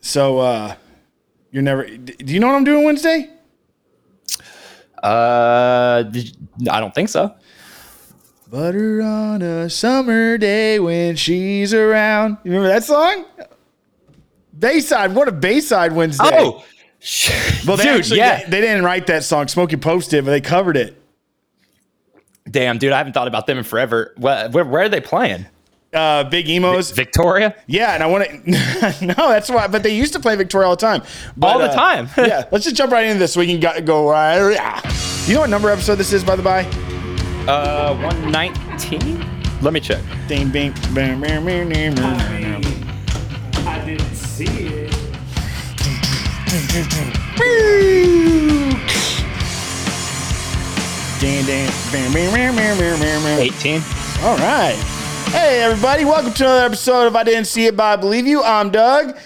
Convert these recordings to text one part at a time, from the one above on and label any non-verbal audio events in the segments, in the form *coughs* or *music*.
So uh you're never. d- Do you know what I'm doing Wednesday? Uh, did you- I don't think so. Butter on a summer day when she's around. You remember that song? Bayside. What a Bayside Wednesday. *laughs* Oh, well, they dude, actually- yeah. They, they didn't write that song. Smokey Post did, but they covered it. Damn, dude, I haven't thought about them in forever. Where, where, where are they playing? Uh, Big Emo's. Victoria? Yeah, and I want to. *laughs* no, that's why. But they used to play Victoria all the time. But, All the uh, time. *laughs* yeah, let's just jump right into this. We can go. go right, You know what number episode this is, by the by? Uh, 119? Let me check. Ding, bing, bing, bing, bing, bing, bing. I didn't see it. Ding, ding, bing, bing, bing, bing, bing, bing, bing. 18? All right. Hey, everybody. Welcome to another episode of I Didn't See It, But I Believe You. I'm Doug,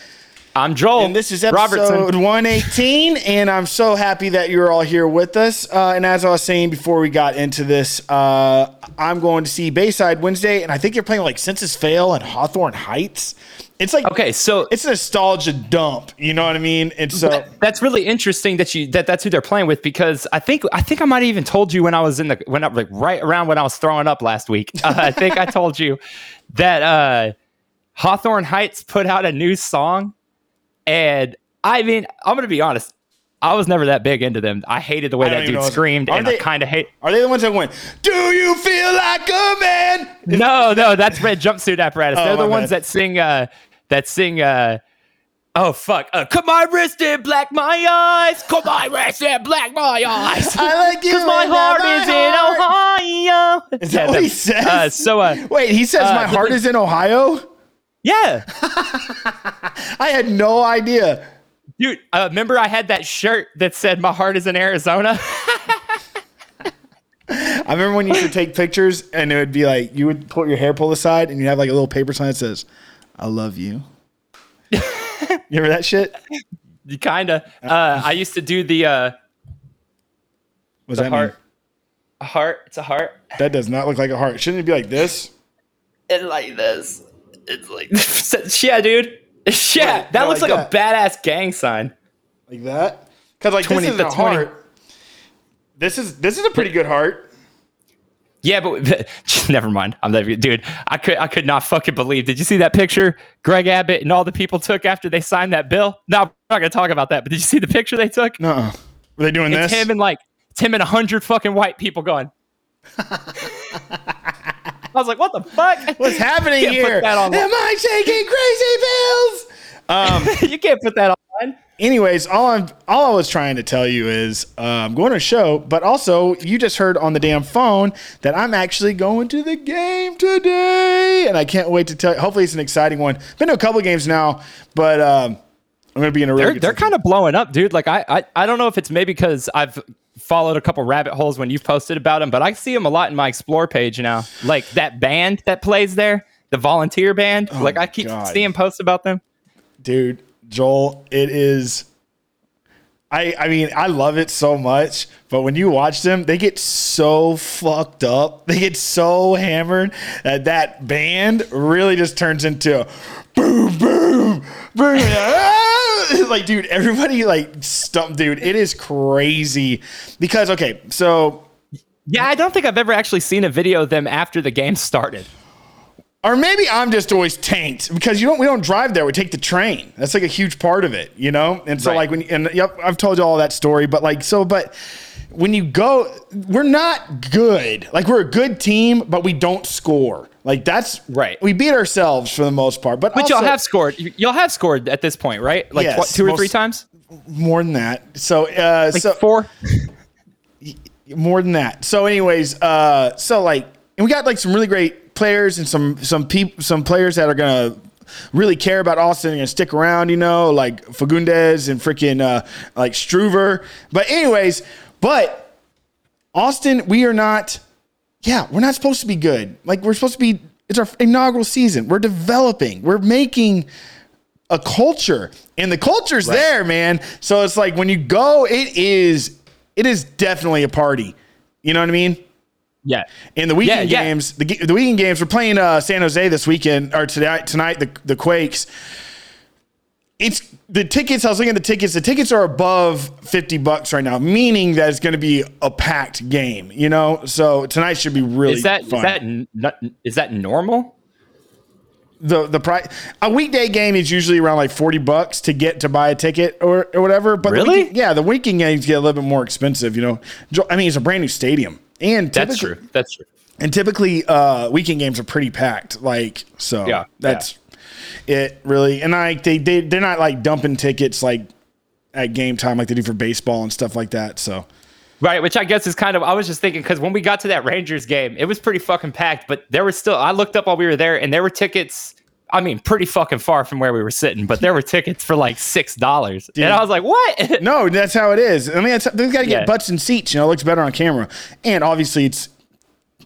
I'm Joel. and this is episode Robertson. 118. And I'm so happy that you're all here with us. Uh, and as I was saying before we got into this, uh, I'm going to see Bayside Wednesday, and I think you're playing like Census Fail and Hawthorne Heights. It's like, Okay, so it's a nostalgia dump. You know what I mean? And so. that's really interesting that you that that's who they're playing with because I think I think I might have even told you when I was in the when I like right around when I was throwing up *laughs* last week. Uh, I think I told you that uh Hawthorne Heights put out a new song and I mean, I'm going to be honest. I was never that big into them. I hated the way I don't that even dude know- screamed Are and I they- kind of hate Are they the ones that went, Do you feel like a man? No, no, that's red jumpsuit *laughs* apparatus. Oh, They're my the ones bad. that sing uh that sing uh Oh fuck! Uh, cut my wrist and black my eyes. Cut my wrist and black my eyes. *laughs* I like you. my and now heart my is heart- in Ohio. Is that what he says? Uh, so uh, Wait, he says uh, my the heart thing- is in Ohio? yeah, I had no idea. dude. Uh, remember, I had that shirt that said "My heart is in Arizona." *laughs* I remember when you used to take pictures and it would be like you would pull your hair pull aside and you'd have like a little paper sign that says, I love *laughs* you. you remember that shit? Kinda. Uh, I used to do the uh, Was the that heart. mean? Heart. It's a heart. That does not look like a heart. Shouldn't it be like this? It's like this. It's like *laughs* yeah, dude. *laughs* Yeah, Right, that no, looks like like, a badass gang sign. Like that? Because like 20 this is the a 20. heart. This is this is a pretty good heart. Yeah, but *laughs* never mind. I'm never, dude. I could I could not fucking believe. Did you see that picture Greg Abbott and all the people took after they signed that bill? No, I'm not gonna talk about that. But did you see the picture they took? Uh-uh. Were they doing It's this? him and like it's him and a hundred fucking white people going. I was like, what the fuck? *laughs* What's happening Can't put here? that online. Am I taking crazy pills? Um, you can't put that online. Anyways, all I'm all I was trying to tell you is uh, I'm going to a show, but also you just heard on the damn phone that I'm actually going to the game today, and I can't wait to tell. you. Hopefully, it's an exciting one. Been to a couple games now, but um, I'm going to be in a really They're good they're situation. kind of blowing up, dude. Like I, I I don't know if it's maybe because I've followed a couple rabbit holes when you've posted about them, but I see them a lot in my explore page now. Like that band that plays there, the volunteer band. like I keep Oh God. seeing posts about them. dude joel it is i i mean i love it so much but when you watch them they get so fucked up *laughs* they get so hammered that that band really just turns into a boom boom boom ah! *laughs* like dude everybody like stump dude it is crazy because okay so Yeah, I don't think I've ever actually seen a video of them after the game started. or maybe I'm just always tanked because you don't we don't drive there. We take the train. That's like a huge part of it, you know. And so Right. like when and yep, I've told you all that story, but like so, but when you go, we're not good. Like we're a good team, but we don't score. Like that's Right. We beat ourselves for the most part, but But also, y'all have scored. y- Y'all have scored at this point, right? Like Yes, tw- two or three most- times. more than that. So uh, Like so four. more than that. So, anyways, uh, so like, and we got like some really great players and some some people some players that are gonna really care about Austin and gonna stick around. You know, like Fagundes and freaking uh, like Struver. But anyways, but Austin, we are not. Yeah, we're not supposed to be good. Like we're supposed to be. It's our inaugural season. We're developing. We're making a culture and the culture's there man so it's like when you go it is it is definitely a party you know what i mean Yeah. in the weekend yeah. games the, ge- the weekend games we're playing uh, san jose this weekend or today tonight the, the quakes it's the tickets. I was looking at the tickets. The tickets are above fifty bucks right now, meaning that it's going to be a packed game. You know, so tonight should be really Is that is fun. that n- n- is that normal? the the price a weekday game is usually around like 40 bucks to get to buy a ticket or, or whatever but the Really? weekend- yeah the weekend games get a little bit more expensive you know Jo- i mean it's a brand new stadium and That's typically- true. That's true. and typically uh weekend games are pretty packed like so Yeah, that's it really and i they, they they're not like dumping tickets like at game time like they do for baseball and stuff like that so Right, which I guess is kind of I was just thinking because when we got to that Rangers game, it was pretty fucking packed, but there was still I looked up while we were there and there were tickets. I mean, pretty fucking far from where we were sitting, but there were tickets for like six dollars, and I was *laughs* like, "What?" No, that's how it is. I mean, it's, they've got to get Yeah. butts and seats. You know, it looks better on camera. And obviously, it's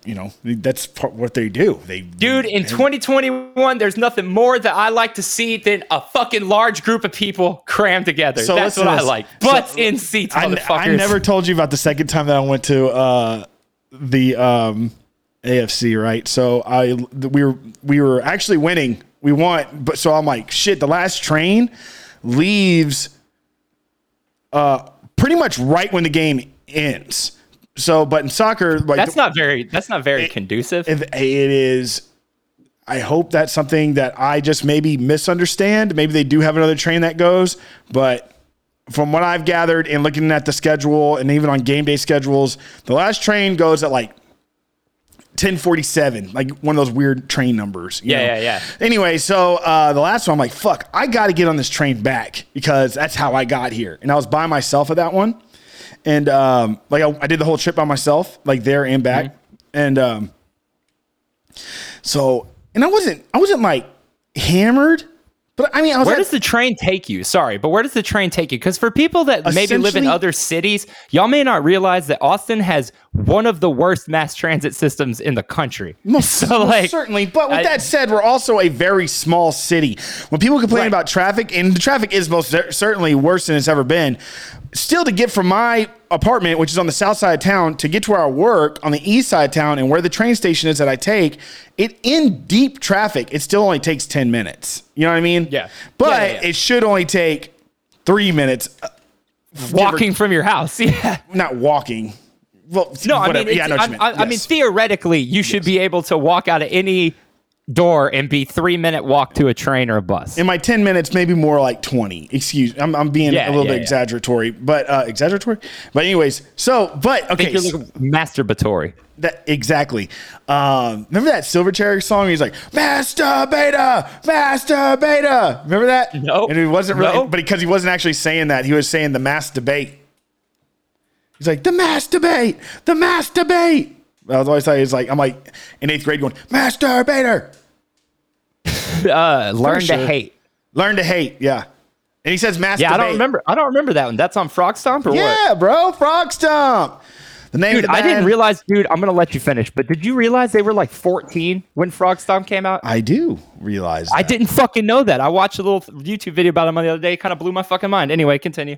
you know that's part, what they do. They Dude, in 2021, there's nothing more that I like to see than a fucking large group of people crammed together. So That's listen what to I this. like. So- Butts in seats, I, motherfuckers. I never told you about the second time that I went to uh, the um, AFC, right? So I we were we were actually winning. We won, but so I'm like, shit. The last train leaves uh, pretty much right when the game ends. So, but in soccer, like That's not very. That's not very conducive. if it is i hope that's something that i just maybe misunderstand maybe they do have another train that goes but from what i've gathered and looking at the schedule and even on game day schedules the last train goes at like 1047 like one of those weird train numbers you Yeah, know? yeah, yeah. anyway so uh, the last one i'm like fuck i gotta get on this train back because that's how i got here and i was by myself at that one and um, like I, I did the whole trip by myself, like there and back, Mm-hmm. and um, so and I wasn't I wasn't like hammered, but I mean I was Where at- does the train take you? Sorry, but where does the train take you? Because for people that maybe live in Essentially- other cities, y'all may not realize that Austin has one of the worst mass transit systems in the country. most, *laughs* so, most like, certainly. But with I- that said, we're also a very small city. When people complain Right. about traffic, and the traffic is most cer- certainly worse than it's ever been, still to get from my apartment, which is on the south side of town, to get to where I work on the east side of town, and where the train station is that I take, it in deep traffic, it still only takes ten minutes. You know what I mean? Yeah. But Yeah, yeah, yeah. it should only take three minutes. uh, walking from your house. *laughs* Yeah. Not walking. Well, No, I whatever. mean, yeah, I it's- know what you I'm- meant. I, I mean, Yes. theoretically, you should be able to walk out of any door and be three minute walk to a train or a bus. in my 10 minutes maybe more like 20 excuse i'm, I'm being Yeah, a little yeah, bit yeah. exaggeratory but uh exaggeratory but anyways so but I okay think you're looking masturbatory. that, exactly um remember that silverchair song he's like master beta master beta remember that No. and he wasn't really No. but because he wasn't actually saying that he was saying the mass debate he's like the mass debate the mass debate i was always like he's like i'm like in eighth grade going master beta Uh, learn sure. to hate. learn to hate yeah and he says master Yeah, I don't remember. I don't remember that one. That's on Frog Stomp or what? Yeah, bro, Frog Stomp. The name of Dude, the I didn't band- realize, dude. I'm gonna let you finish, but did you realize they were like 14 when Frog Stomp came out? I do realize. I that. didn't fucking know that. I watched a little YouTube video about him the other day. Kind of blew my fucking mind. Anyway, continue.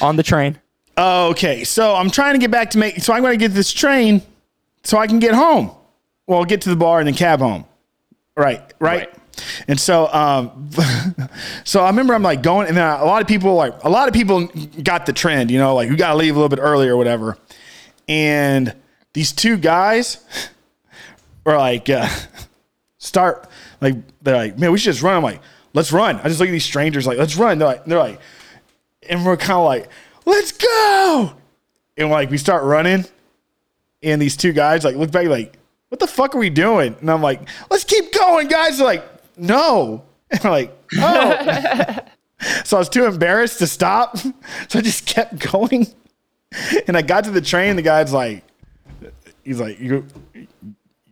On the train. Okay, so I'm trying to get back to make. So I'm going to get this train, so I can get home. Well, get to the bar and then cab home. Right, right. Right. And so, um, *laughs* so I remember I'm like going, and then a lot of people like a lot of people got the trend, you know, like you got to leave a little bit early or whatever. And these two guys *laughs* were like, uh, *laughs* start like they're like, man, we should just run. I'm like, let's run. I just look at these strangers like, let's run. They're like, they're like, and we're kind of like, let's go. And like we start running, and these two guys like look back like, what the fuck are we doing? And I'm like, let's keep going, guys. They're like, no. *laughs* And I'm like, oh. *laughs* so I was too embarrassed to stop, *laughs* so I just kept *laughs* going. And I got to the train. The guy's like, he's like, you,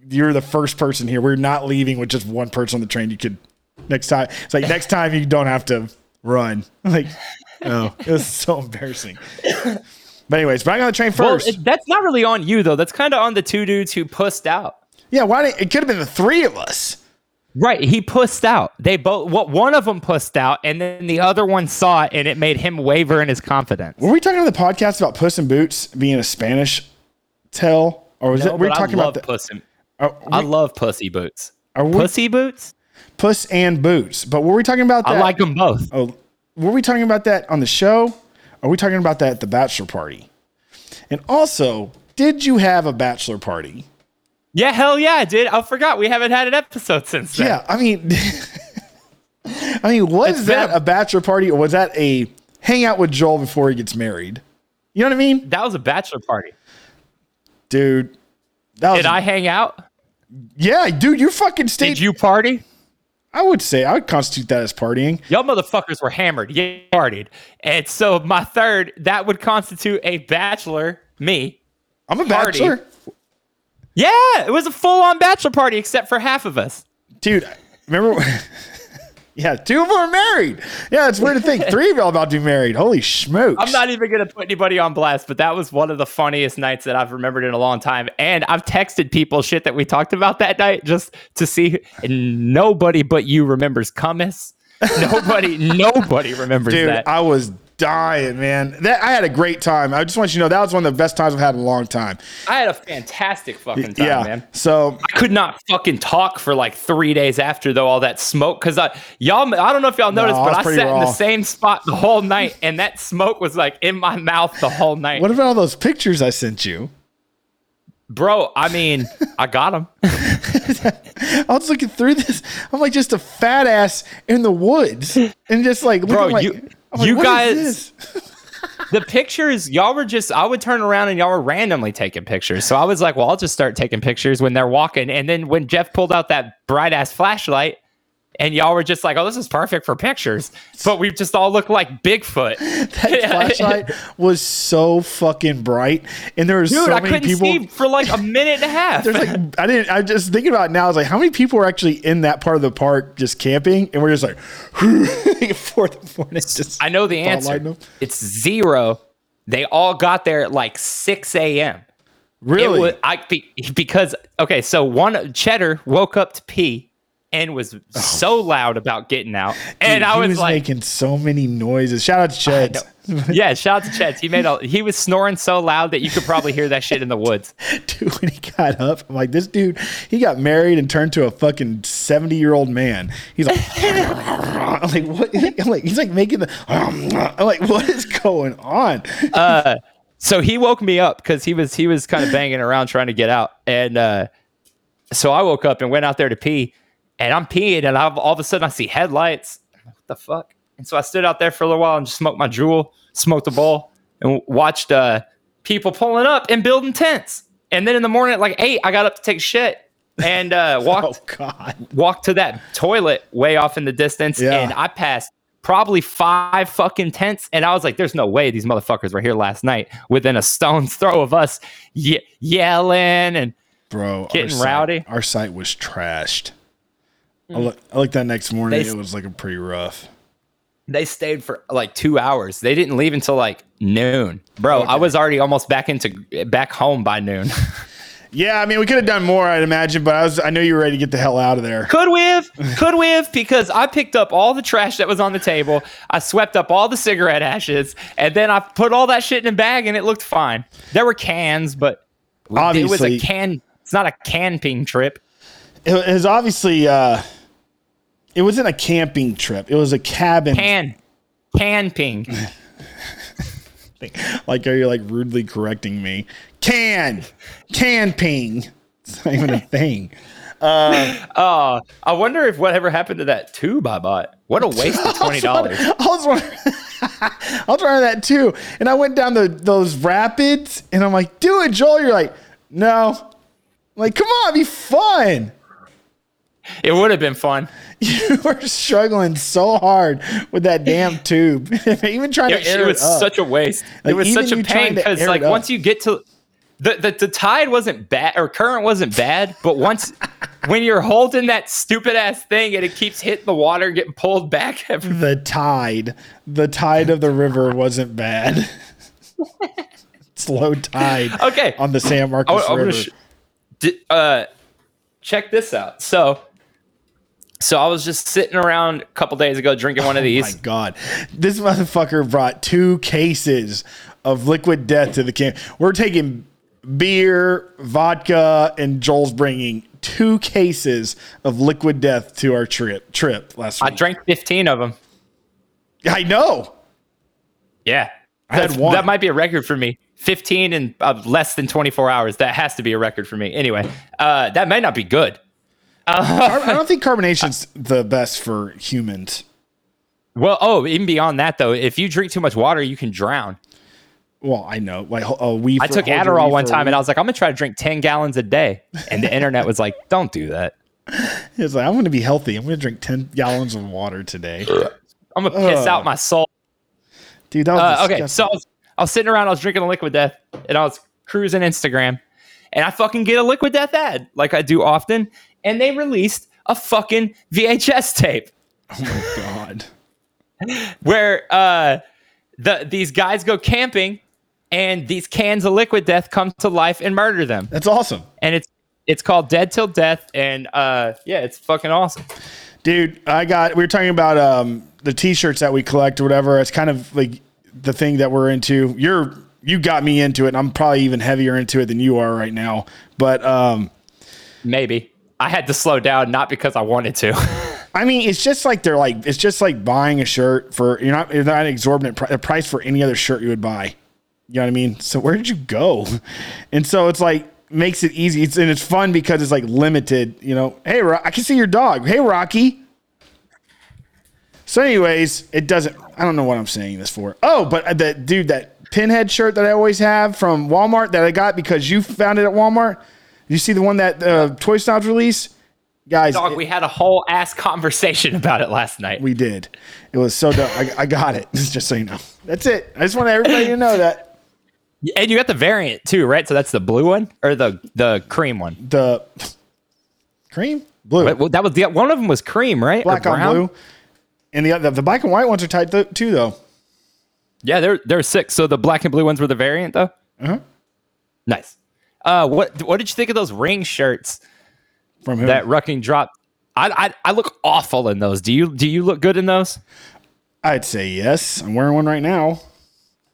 you're the first person here. We're not leaving with just one person on the train. You could next time. It's like next time you don't have to run. *laughs* I'm like, oh, it was so embarrassing. But anyways, but I got on the train Well, first. Oh, it- that's not really on you though. That's kind of on the two dudes who pussed out. yeah, why? Didn't, it could have been the three of us. Right, he pussed out. They both. What one of them pussed out, and then the other one saw it, and it made him waver in his confidence. Were we talking on the podcast about Puss in Boots being a Spanish tell, or was it? Were we Oh, But talking I about love the? puss in- Are, I we- love pussy boots. are we- pussy boots? Puss and Boots. But were we talking about that? I like them both. Oh, were we talking about that on the show? Are we talking about that at the bachelor party? And also, did you have a bachelor party? Yeah, hell yeah, I did. I forgot we haven't had an episode since then. Yeah, I mean, *laughs* I mean, was It's that been a- a bachelor party or was that a hangout with Joel before he gets married? You know what I mean, That was a bachelor party. dude? That was, Did I hang out? yeah, dude, you fucking state. Did you party? I would say I would constitute that as partying. Y'all motherfuckers were hammered. Yeah, partied. And so my third, that would constitute a bachelor, me. I'm a Party. bachelor, Yeah, it was a full on bachelor party except for half of us. dude. Remember? *laughs* yeah, two of them are married. Yeah, it's weird to think three of y'all about to be married. Holy smokes! I'm not even going to put anybody on blast, but that was one of the funniest nights that I've remembered in a long time. And I've texted people shit that we talked about that night just to see. And nobody but you remembers Cummins. *laughs* Nobody, nobody remembers Dude, that. I was dying, man. That I had a great time. I just want you to know that was one of the best times I've had in a long time. I had a fantastic fucking time, yeah. man. So I could not fucking talk for like three days after though all that smoke because I y'all I don't know if y'all noticed, I was but I pretty sat in raw. the same spot the whole night, and that smoke was like in my mouth the whole night. what about all those pictures I sent you? Bro, I mean, I got them. I was looking through this. I'm like just a fat ass in the woods. And just like looking Bro, like, you- I'm like, you "What is guys- this?" the pictures y'all were just i would turn around and y'all were randomly taking pictures so i was like well i'll just start taking pictures when they're walking and then when jeff pulled out that bright ass flashlight and y'all were just like oh this is perfect for pictures but we just all look like bigfoot that flashlight was so fucking bright. And there were dude so i many couldn't people. see for like a minute and a half There's *laughs* like I didn't I just thinking about it now, I was like, how many people were actually in that part of the park just camping? And we're just like *laughs* fourth morning just i know the lighting answer up. it's zero they all got there at like 6 a.m It really was, I be- because okay, so one cheddar woke up to pee and was so loud about getting out, and Oh. Dude, I he was, was like, making so many noises. Shout out to Chet. *laughs* "Yeah, shout out to Chet. He made a, he was snoring so loud that you could probably hear that shit in the woods." *laughs* Dude, when he got up, I'm like, this dude, he got married and turned to a fucking 70 year old man. He's like, *laughs* I'm like, what? I'm like, he's like making the, *laughs* I'm like, what is going on? *laughs* So he woke me up because he was he was kind of banging around trying to get out, and uh, so I woke up and went out there to pee, and I'm peeing, and I've, all of a sudden I see headlights. I'm like, what the fuck? And so I stood out there for a little while and just smoked my jewel, smoked a bowl, and w- watched uh, people pulling up and building tents. And then in the morning at like eight, I got up to take shit and uh, Oh, walked God. walked to that toilet way off in the distance Yeah. and I passed probably five fucking tents and I was like there's no way these motherfuckers were here last night within a stone's throw of us ye- yelling and Bro, our Getting site- rowdy. Our site was trashed. I, look, I looked that next morning. They- it was like a pretty rough. they stayed for like 2 hours. They didn't leave until like noon. Bro, I was already almost back into back home by noon. *laughs* Yeah, I mean, we could have done more, I'd imagine, but I was, I knew you were ready to get the hell out of there. Could we have? Could we have? Because I picked up all the trash that was on the table. I swept up all the cigarette ashes, and then I put all that shit in a bag, and it looked fine. There were cans, but it was Obviously. a can. It's not a camping trip. It was obviously, uh, it wasn't a camping trip. It was a cabin Can, camping. Like, are you like rudely correcting me? Can, can ping. It's not even *laughs* a thing. Uh, I wonder if whatever happened to that tube I bought. What a waste of twenty dollars. *laughs* I was wondering, *laughs* I was trying that too. And I went down the those rapids and I'm like, do it, Joel. You're like, no. I'm like, come on, be fun. *laughs* It would have been fun. You were struggling so hard with that damn tube. *laughs* even trying It, to air it was it up. such a waste. Like, it was even such a you pain trying to because air like it up. once you get to the, the the tide wasn't bad or current wasn't bad, *laughs* but once when you're holding that stupid ass thing and it keeps hitting the water, and getting pulled *laughs* back *laughs* every the tide. The tide of the river wasn't bad. *laughs* Slow tide Okay. on the San I, Marcos am River. gonna sh- di- uh, check this out. So so I was just sitting around a couple days ago drinking one of Oh my these. god this motherfucker brought two cases of liquid death to the camp we're taking beer vodka and joel's bringing two cases of liquid death to our trip trip last I week. drank 15 of them. I know. Yeah. I had That's- one. That might be a record for me. 15 in uh, less than 24 hours. That has to be a record for me. Anyway, uh, that may not be good. Car- I don't think carbonation's the best for humans. Well, oh, even beyond that, though, if you drink too much water, you can drown. Well, I know. Like uh, a wee. I took Adderall one time and I was like, I'm going to try to drink 10 gallons a day. And the internet was like, don't do that. It's like I'm going to be healthy. I'm going to drink ten gallons of water today, Uh, I'm going to piss out my soul. dude. That was Uh, okay, disgusting. so I was, I was sitting around, I was drinking a liquid death, and I was cruising Instagram, and I fucking get a liquid death ad like I do often, and they released a fucking VHS tape Oh my god. where uh, the these guys go camping, and these cans of liquid death come to life and murder them, That's awesome, and it's it's called Dead Till Death, and uh, yeah, it's fucking awesome. dude. I got. We were talking about um the t-shirts that we collect or whatever. It's kind of like the thing that we're into. You're you got me into it. and I'm probably even heavier into it than you are right now. But um, Maybe I had to slow down, not because I wanted to. *laughs* I mean, it's just like they're like it's just like buying a shirt for you're not you're not an exorbitant pri- a price for any other shirt you would buy. You know what I mean? So where did you go? *laughs* And so it's like makes it easy. It's and it's fun because it's like limited. You know, hey, Ro- I can see your dog. Hey, Rocky. So, anyways, it doesn't. I don't know what I'm saying this for. Oh, but that dude, that pinhead shirt that I always have from Walmart that I got because you found it at Walmart. You see the one that uh, Toy Snobs released, guys. Dog, it- we had a whole ass conversation about it last night. we did. It was so dumb. I, I got it. *laughs* Just so you know. That's it. I just want everybody to know that And you got the variant too, right? So that's the blue one or the the cream one. the cream blue, But well, that was the one of them was cream, right? Or black on brown? blue, and the other the black and white ones are tight th- too though. Yeah, there there are six. So the black and blue ones were the variant though. Uh-huh. Nice. Uh, what what did you think of those ring shirts From who? that Rucking dropped? I, I I look awful in those. Do you do you look good in those? I'd say yes. I'm wearing one right now.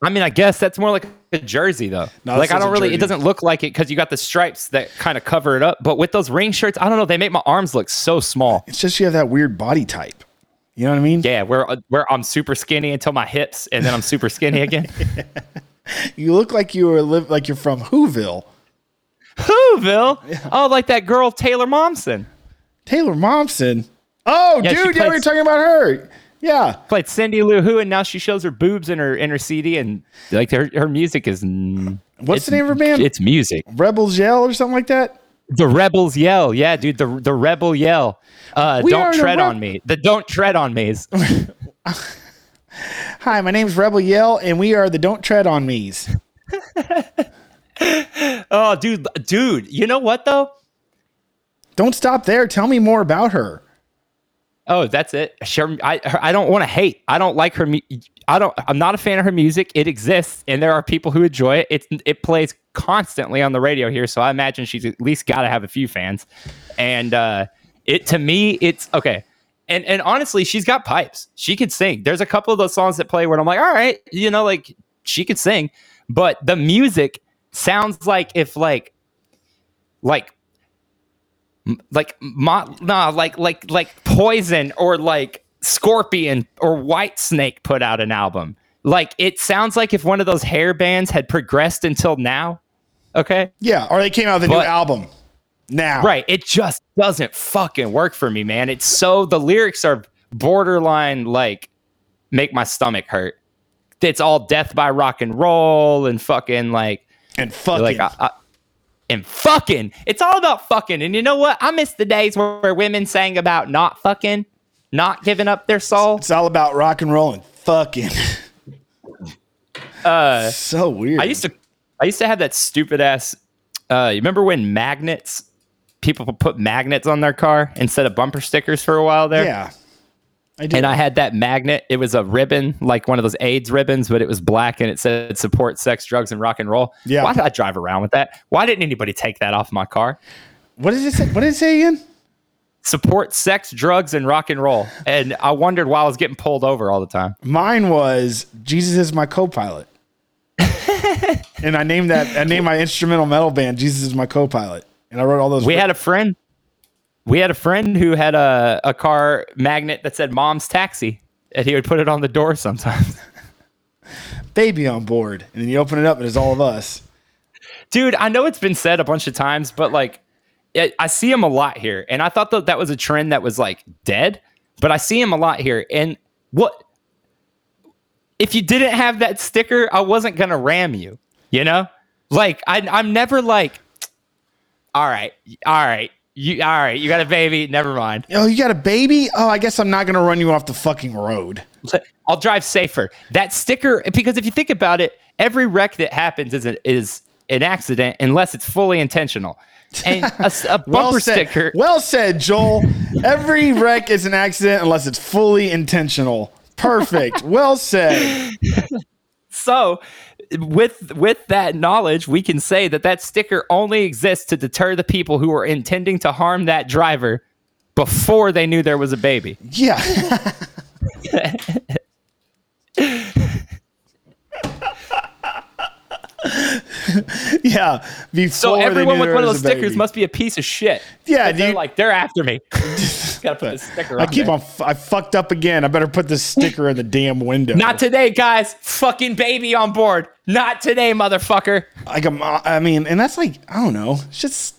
I mean, I guess that's more like a jersey though. No, this like I is don't a really. jersey. It doesn't look like it because you got the stripes that kind of cover it up. But with those ring shirts, I don't know. They make my arms look so small. *laughs* It's just you have that weird body type. You know what I mean? Yeah, where where I'm super skinny until my hips, and then I'm super skinny again. *laughs* You look like you were live like you're from Whoville. Who, Bill? Oh, like that girl Taylor Momsen Taylor Momsen. Oh, Yeah, she dude, yeah, we were plays- talking about her. Yeah. played Cindy Lou Who, and now she shows her boobs in her in her CD, and like her her music is mm, What's it's- the name of her band? It's music. Rebels Yell or something like that. The Rebels yell, yeah, dude. The the Rebel yell. Uh, We are don't the tread Reb- on me. The don't tread on me's. Hi, my name's Rebel Yell, and we are the Don't Tread on Me's. Oh, dude, dude. You know what though? Don't stop there. Tell me more about her. Oh, that's it. Sure, I her- I don't want to hate. I don't like her. mu- I don't. I'm not a fan of her music. It exists, and there are people who enjoy it. It it plays constantly on the radio here, so I imagine she's at least got to have a few fans. And uh, it to me, it's okay. And and honestly, she's got pipes. She can sing. There's a couple of those songs that play where I'm like, all right, you know, like she could sing, but the music sounds like if like like like mot nah, like like like poison or like scorpion or white snake put out an album like it sounds like if one of those hair bands had progressed until now okay Yeah, or they came out with a new But- album now. right it just doesn't fucking work for me man it's so the lyrics are borderline like make my stomach hurt it's all death by rock and roll and fucking like And fucking. like uh, I, I, and fucking it's all about fucking and you know what i miss the days where, where women sang about not fucking not giving up their soul it's all about rock and roll and fucking. Uh, so weird. i used to i used to have that stupid ass uh you remember when magnets people would put magnets on their car instead of bumper stickers for a while there Yeah. I did. and I had that magnet. It was a ribbon, like one of those AIDS ribbons, but it was black and it said support sex, drugs, and rock and roll. Yeah. Why did I drive around with that? Why didn't anybody take that off my car? what does it say? What did it say again? support sex, drugs, and rock and roll. And I wondered why I was getting pulled over all the time. Mine was Jesus is my *laughs* co-pilot. and I named that. I named my instrumental metal band Jesus is my co-pilot, and I wrote all those. We had a friend. we had a friend who had a, a car magnet that said mom's taxi and he would put it on the door sometimes They'd be on board, and then you open it up, and it's all of us. dude i know it's been said a bunch of times but like it, i see him a lot here and i thought that that was a trend that was like dead but i see him a lot here and what if you didn't have that sticker i wasn't gonna ram you you know like I, i'm never like all right all right you all right you got a baby never mind Oh, you got a baby? Oh, I guess I'm not gonna run you off the fucking road. I'll drive safer. That sticker, because if you think about it, every wreck that happens is an, is an accident unless it's fully intentional. *laughs* And a, s- a bumper Well said. sticker, Well said, Joel. Every wreck is an accident unless it's fully intentional. *laughs* Perfect. well said. so with with that knowledge, we can say that that sticker only exists to deter the people who are intending to harm that driver before they knew there was a baby. Yeah. *laughs* yeah. Before So they everyone knew with there one of was those a stickers baby. must be a piece of shit. Yeah, they're dude. like they're after me. *laughs* Gotta put the sticker. I on keep there. on. f- I fucked up again. I better put this sticker in the damn window. Not today, guys. Fucking baby on board. Not today, motherfucker. like a mo- I mean, and that's like I don't know. It's just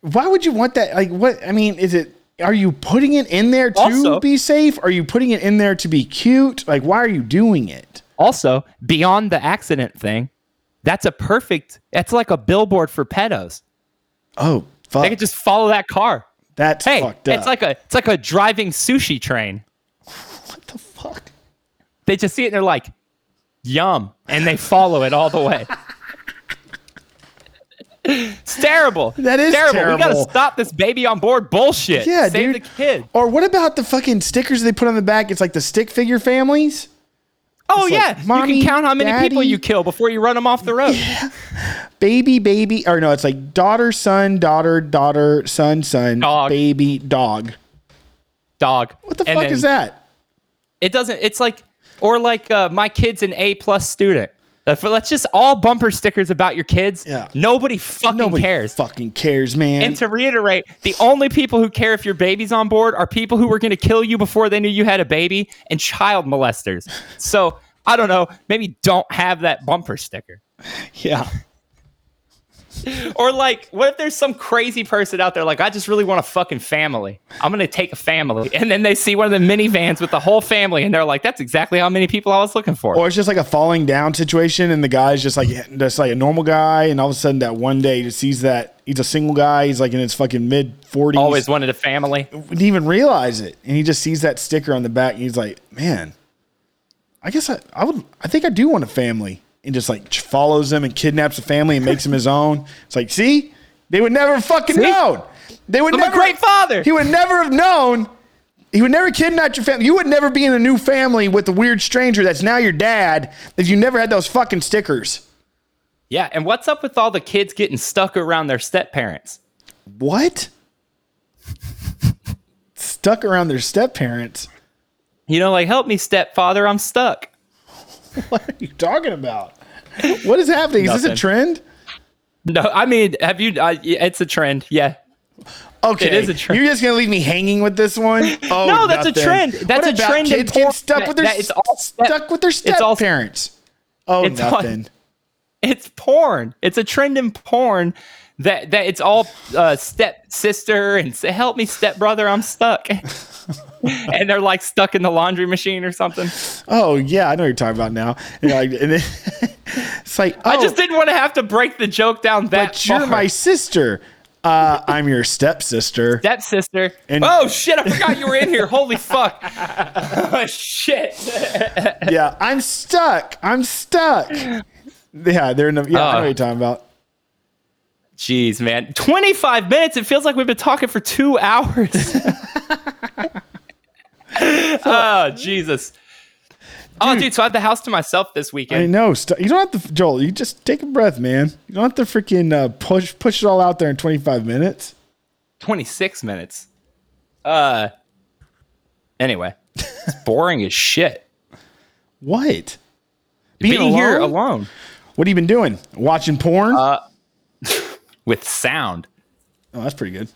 why would you want that? Like what? I mean, is it? Are you putting it in there to Also- be safe? Are you putting it in there to be cute? Like why are you doing it? Also, beyond the accident thing, that's a perfect. That's like a billboard for pedos. Oh They fuck! could just follow that car. that's Hey, fucked up. it's like a it's like a driving sushi train. what the fuck? They just see it and they're like, "Yum," and they follow it all the way. it's terrible. That is We gotta terrible. stop this baby on board bullshit. Yeah, save dude. the kid. Or what about the fucking stickers they put on the back? It's like the stick figure families. Oh It's like, yeah, "Mommy, you can count how many people Daddy." you kill before you run them off the road. baby, baby, or no, it's like daughter, son, daughter, daughter, son, son, Dog. baby, dog. Dog. What the fuck is that? It doesn't. It's like, or like, uh, my kid's an A plus student. Uh, for- Let's just all bumper stickers about your kids. Yeah. Nobody fucking Nobody cares. fucking cares, man. and to reiterate, the only people who care if your baby's on board are people who were going to kill you before they knew you had a baby and child molesters. So I don't know. Maybe don't have that bumper sticker. yeah. Or like, what if there's some crazy person out there like, I just really want a fucking family. I'm gonna take a family, *laughs* and then they see one of the minivans with the whole family, and they're like, that's exactly how many people I was looking for. Or it's just like a falling down situation, and the guy's just like *laughs* that's like a normal guy, and all of a sudden that one day he just sees that he's a single guy, he's like in his fucking mid forties, Always wanted a family. didn't even realize it, and he just sees that sticker on the back, and he's like, man, I guess I, I would, I think I do want a family, and just like ch- follows him and kidnaps a family and makes him his own. It's like, see, they would never fucking See? known. They would I'm a never great father. He would never have known. He would never kidnap your family. You would never be in a new family with the weird stranger that's now your dad if you never had those fucking stickers. Yeah, and what's up with all the kids getting stuck around their step parents? What? *laughs* Stuck around their step parents. You know, like help me, stepfather, I'm stuck. *laughs* What are you talking about? What is happening? Is this a Nothing. trend? No, I mean, have you? Uh, it's a trend. Yeah. Okay, It is a trend. You're just gonna leave me hanging with this one? Oh, *laughs* No, that's a nothing. trend. That's What a about trend in Kids getting porn. stuck That- with their that- it's all step- stuck with their step it's all- parents. Oh, It's all- nothing. It's porn. It's a trend in porn that that it's all uh, step sister and say, help me, step brother, I'm stuck. *laughs* and they're like stuck in the laundry machine or something. Oh yeah, I know what you're talking about now. And, like, and then, *laughs* it's like oh, I just didn't want to have to break the joke down that but you're far. my sister. Uh, I'm your *laughs* stepsister. stepsister. And- oh shit! I forgot you were in here. Holy fuck! *laughs* oh, shit. yeah, I'm stuck. I'm stuck. Yeah, they're in the, yeah. I know Uh. what you're talking about. Jeez, man. 25 minutes. It feels like we've been talking for two *laughs* hours. oh, Jesus. Oh, dude, so I had the house to myself this I weekend. know. St- you don't have to, Joel. You just take a breath, man. You don't have to freaking uh, push push it all out there in 25 minutes. 26 minutes. Uh, anyway, it's boring as shit. What? *laughs* Being, here Uh, alone What have you been doing? Watching porn? with sound. oh, that's pretty good.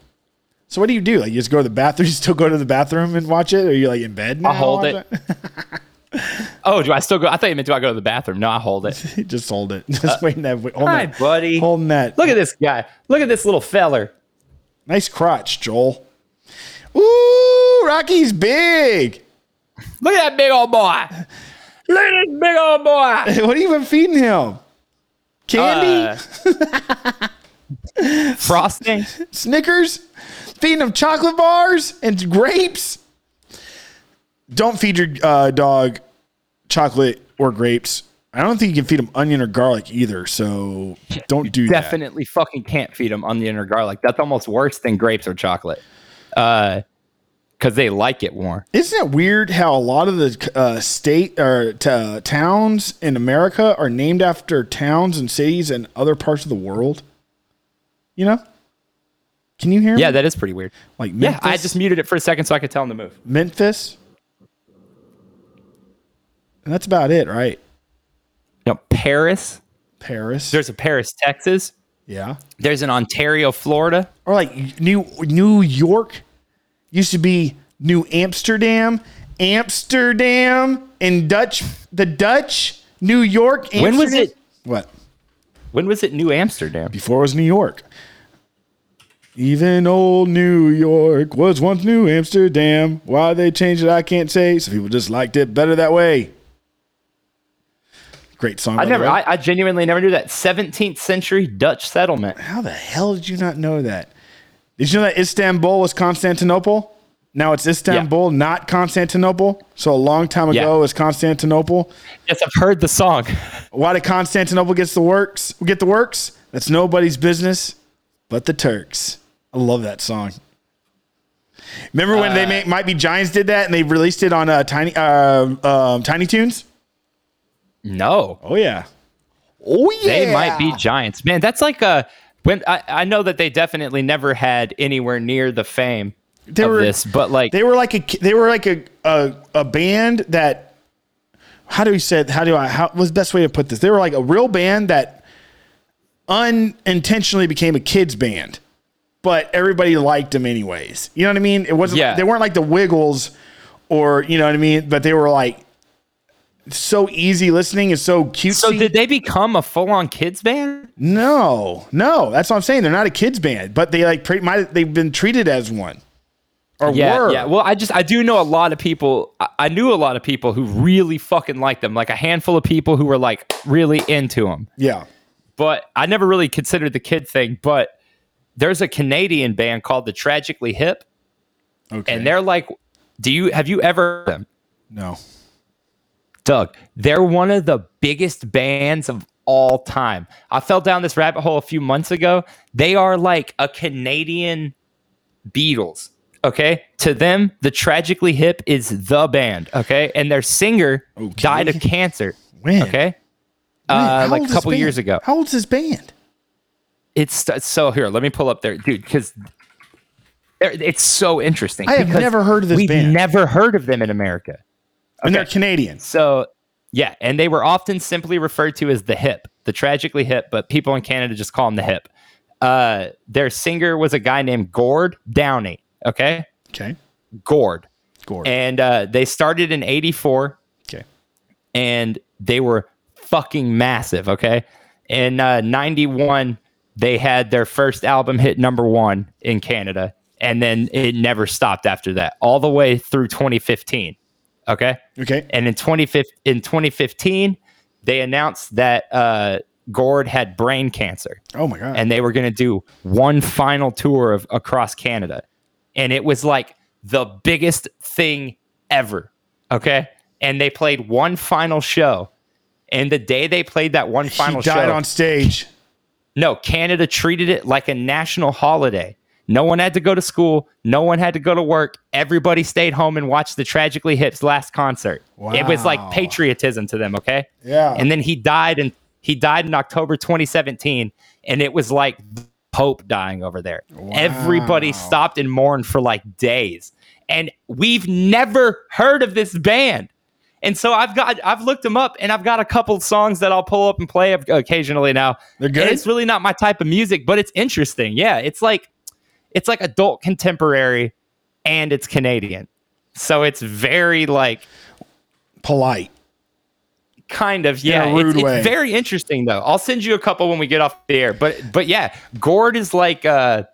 So what do you do? Like you just go to the bathroom? *laughs* You still go to the bathroom and watch it? Or are you like in bed? Now I hold watch it. oh, do I still go? I thought you meant do I go to the bathroom? No, I hold it. it? *laughs* just hold it. *laughs* Just waiting that. Holding Hi, that, buddy. Holding that. Uh, Look at this guy. Look at this little feller. nice crotch, Joel. Ooh, Rocky's big. *laughs* Look at that big old *laughs* boy. Look at this big old boy. What are you even feeding him? Candy, Uh, frosting. Snickers, feeding him chocolate bars and grapes. Don't feed your uh, dog chocolate or grapes. I don't think you can feed him onion or garlic either. So don't do that. Definitely fucking can't feed them onion or garlic. That's almost worse than grapes or chocolate. Uh, because they like it more. Isn't it weird how a lot of the uh, state or t- uh, towns in America are named after towns and cities in other parts of the world? You know? Can you hear? Yeah, me? that is pretty weird. like Yeah, Memphis, I just muted it for a second so I could tell him to move. Memphis. And that's about it, right? No, Paris. Paris. There's a Paris, Texas. yeah. There's an Ontario, Florida. Or like New New York used to be New Amsterdam, Amsterdam, and Dutch the Dutch, New York, Amsterdam. When was it- What? When was it New Amsterdam? before it was New York. Even old New York was once New Amsterdam. Why they changed it, I can't say. Some people just liked it better that way. Great song. by I the never, way. I, I genuinely never knew that. 17th century Dutch settlement. How the hell did you not know that? Did you know that Istanbul was Constantinople? Now it's Istanbul, not Constantinople. So a long time ago Yeah. it was Constantinople. Yes, I've heard the song. Why did Constantinople gets the works? Get the works? That's nobody's business, but the Turks. I love that song. Remember when they made, might be Giants did that and they released it on uh, Tiny uh, um, Tiny Tunes? No, Oh yeah, oh yeah. they might be giants. Man, that's like a when I, I know that they definitely never had anywhere near the fame They of were- this, but like They were like a they were like a a, a band that how do you say it? how do I how was the best way to put this? They were like a real band that unintentionally became a kids band, but everybody liked them anyways. You know what I mean? It wasn't Yeah. they weren't like the Wiggles or you know what I mean, but they were like so easy listening and so cute. so did they become a full on kids band? no, no, that's what I'm saying. They're not a kids band, but they like pre- might they've been treated as one. Or Yeah, were. yeah. Well, I just I do know a lot of people. I, I knew a lot of people who really fucking liked them. Like a handful of people who were like really into them. yeah. but I never really considered the kid thing. But there's a Canadian band called the Tragically Hip, Okay. and they're like, "Do you have you ever heard them, no. Doug?" They're one of the biggest bands of all time. I fell down this rabbit hole a few months ago. They are like a Canadian Beatles. Okay, to them, the Tragically Hip is the band. Okay, and their singer Okay. died of cancer. When? Okay. Man, Uh, how like old's a this couple band? years ago. How old's this band? it's so here. Let me pull up there, dude, because it's so interesting. I have because never heard of this We've band. never heard of them in America. And they're Canadian. So yeah, and they were often simply referred to as the hip, the tragically hip, but people in Canada just call them the hip. Uh, their singer was a guy named Gord Downey. Okay, Okay. Gord, Gore. and uh, they started in '84 okay. and they were fucking massive. Okay. In uh, 91, they had their first album hit number one in Canada. And then it never stopped after that, all the way through 2015. Okay. Okay. And in 2015, in 2015 they announced that uh, Gord had brain cancer oh my god. and they were going to do one final tour of across Canada. And it was like the biggest thing ever. Okay? And they played one final show. And the day they played that one final he died show, on stage. no, Canada treated it like a national holiday. No one had to go to school, no one had to go to work. Everybody stayed home and watched the Tragically Hip's last concert. It was like Wow. patriotism to them, okay? Yeah. And then he died and he died in October 2017 and it was like the Pope dying over there. Everybody stopped and mourned for like days. And we've never heard of this band. And so I've got I've looked them up and I've got a couple songs that I'll pull up and play occasionally now. They're good? And it's really not my type of music, but it's interesting. Yeah, it's like it's like adult contemporary and it's Canadian. So it's very like Polite. kind of yeah. rude it's, it's way. very interesting though. I'll send you a couple when we get off the air. But but yeah, Gord is like uh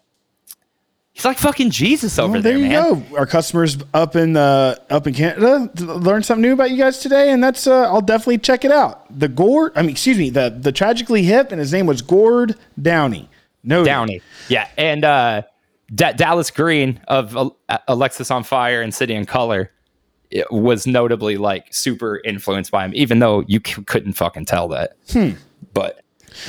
he's like fucking Jesus over Well, Oh, there, there you man. go. Our customers up in uh, up in Canada th- learned something new about you guys today, and that's uh, I'll definitely check it out. The Gord, I mean, excuse me, the the tragically hip, and his name was Gord Downey. No Downey. Yeah, and uh, Da- Dallas Green of Al- Alexis on Fire and City in Color it was notably like super influenced by him, even though you c- couldn't fucking tell that. Hmm. But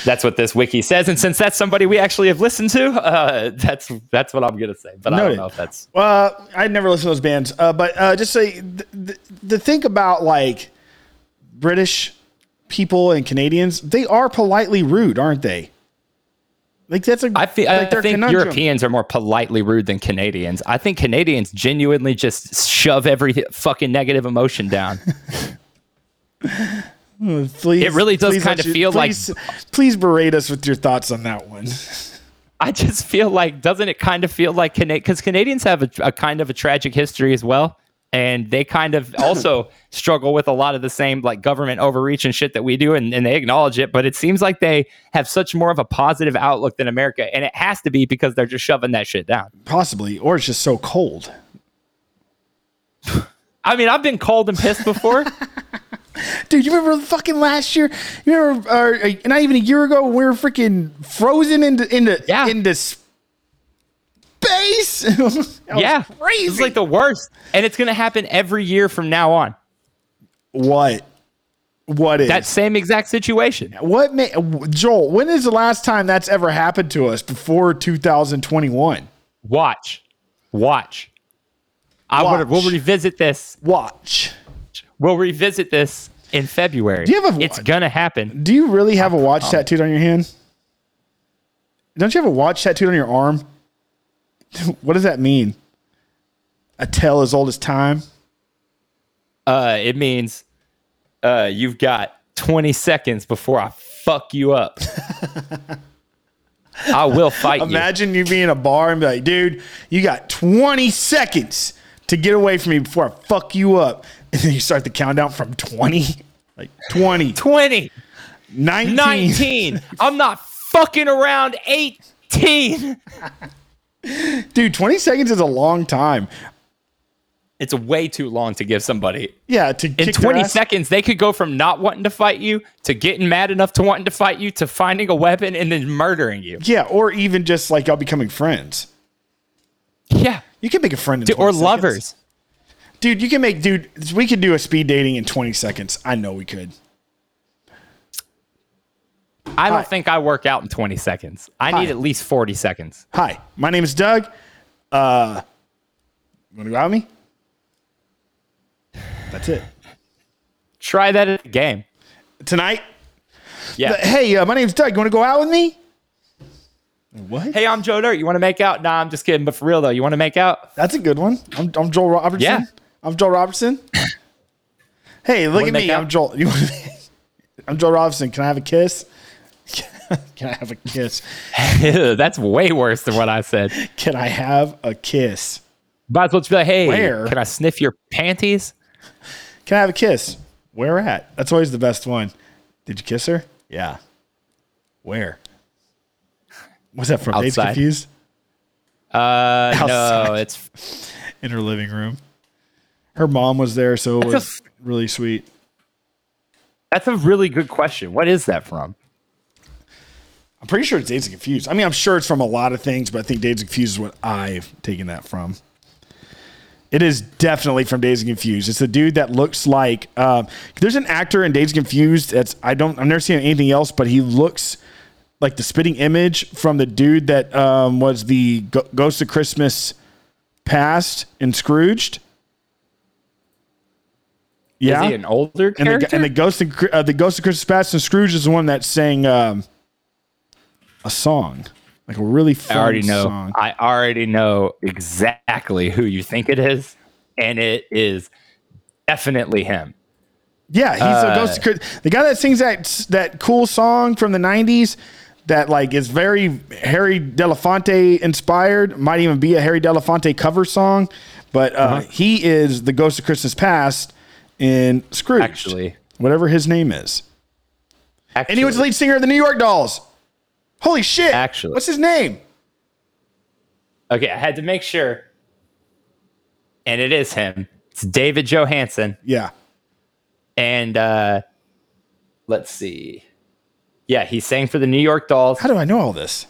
that's what this wiki says, and since that's somebody we actually have listened to, uh, *laughs* that's that's what I'm gonna say. But I Noted. don't know if that's Uh, I'd never listened to those bands, uh, but uh, just say th- th- the think about like British people and Canadians, they are politely rude, aren't they? Like that's a I, feel, like I their think conundrum. Europeans are more politely rude than Canadians. I think Canadians genuinely just shove every fucking negative *laughs* emotion down. Please, it really does please let kinda you- feel like- please- Please berate us with your thoughts on that one. I just feel like doesn't it kind of feel like Cana- cuz Canadians have a, a kind of a tragic history as well and they *laughs* kind of also struggle with a lot of the same like government overreach and shit that we do and, and they acknowledge it but it seems like they have such more of a positive outlook than America and it has to be because they're just shoving that shit down. Possibly, or it's just so cold. I mean, I've been cold and pissed before. *laughs* Dude, you remember fucking last year? You remember, or, uh, not even a year ago, we were freaking frozen into into Yeah. into *laughs* space. That was yeah. crazy. It's like the worst and it's going to happen every year from now on. what? What is That same exact situation. what? May, Joel, when is the last time that's ever happened to us before 2021? Watch. Watch. I Watch. would, we'll revisit this Watch. We'll revisit this in February. you have a it's watch? gonna happen. Do you really have a watch tattooed on your hand? Don't you have a watch tattooed on your arm? *laughs* what does that mean? A tell as old as time. Uh, it means uh, you've got 20 seconds before I fuck you *laughs* up. I will fight Imagine you being in a bar and be like, dude, you got 20 seconds to get away from me before I fuck you up. And then you start the countdown from 20, like 20, you. 20, 19. 19. I'm not fucking around. 18. Dude, 20 seconds is a long time. It's way too long to give somebody. Yeah, to In kick their 20 ass. seconds, they could go from not wanting to fight you to getting mad enough to wanting to fight you to finding a weapon and then murdering you. Yeah, or even just like y'all becoming friends. Yeah. You can make a friend in Dude, 20 Or seconds. lovers. Dude, you can make, dude, we could do a speed dating in 20 seconds. I know we could. I don't Hi. think I work out in 20 seconds. I Hi. need at least 40 seconds. Hi, my name is Doug. Uh, you want to go out with me? That's it. Try that at the game. Tonight, Yeah. Uh, hey, uh, my name's Doug. You want to go out with me? What? hey, I'm Joe Dirt. You want to make out? Nah, I'm just kidding. But for real though, you want to make out? *laughs* That's a good one. I'm, I'm Joel Robertson. Yeah. I'm Joel *coughs* Robertson. hey, look Wanna at make me. out? I'm Joel. You wanna- *laughs* I'm Joel Robertson. Can I have a kiss? *laughs* Can I have a kiss? Ew, That's way worse than what I said. Can I have a kiss? Might as well just be like, hey, Where? can I sniff your panties? Can I have a kiss? Where at? That's always the best one. Did you kiss her? Yeah. Where? Was that from? Dates Outside. confused. Uh, no, Outside. it's In her living room. Her mom was there, so it *laughs* That's a was really sweet. that's a really good question. What is that from? I'm pretty sure it's Dates and Confused. I mean, I'm sure it's from a lot of things, but I think Dates and Confused is what I've taken that from. It is definitely from Days and Confused. It's the dude that looks like um, there's an actor in Days and Confused. That's I don't I've never seen anything else, but he looks like the spitting image from the dude that um, was the Go- Ghost of Christmas Past and Scrooged. Yeah, Is he an older and the, character? gu- and the ghost of, Cri- uh, the ghost of Christmas Past and Scrooge is the one that sang um, a song, like a really fun I already know. song. I already know exactly who you think it is, and it is definitely him. Uh, Yeah, he's a ghost. Of, Chris- the guy that sings that that cool song from the '90s that like is very Harry Delafonte inspired. Might even be a Harry Delafonte cover song, but uh, Uh-huh. he is the Ghost of Christmas Past in Scrooge, Actually. whatever his name is, Actually, and he was the lead singer of the New York Dolls. Holy shit! Actually. what's his name? okay. I had to make sure, and it is him. It's David Johansen, Yeah, and uh, let's see. Yeah, he sang for the New York Dolls, how do I know all this?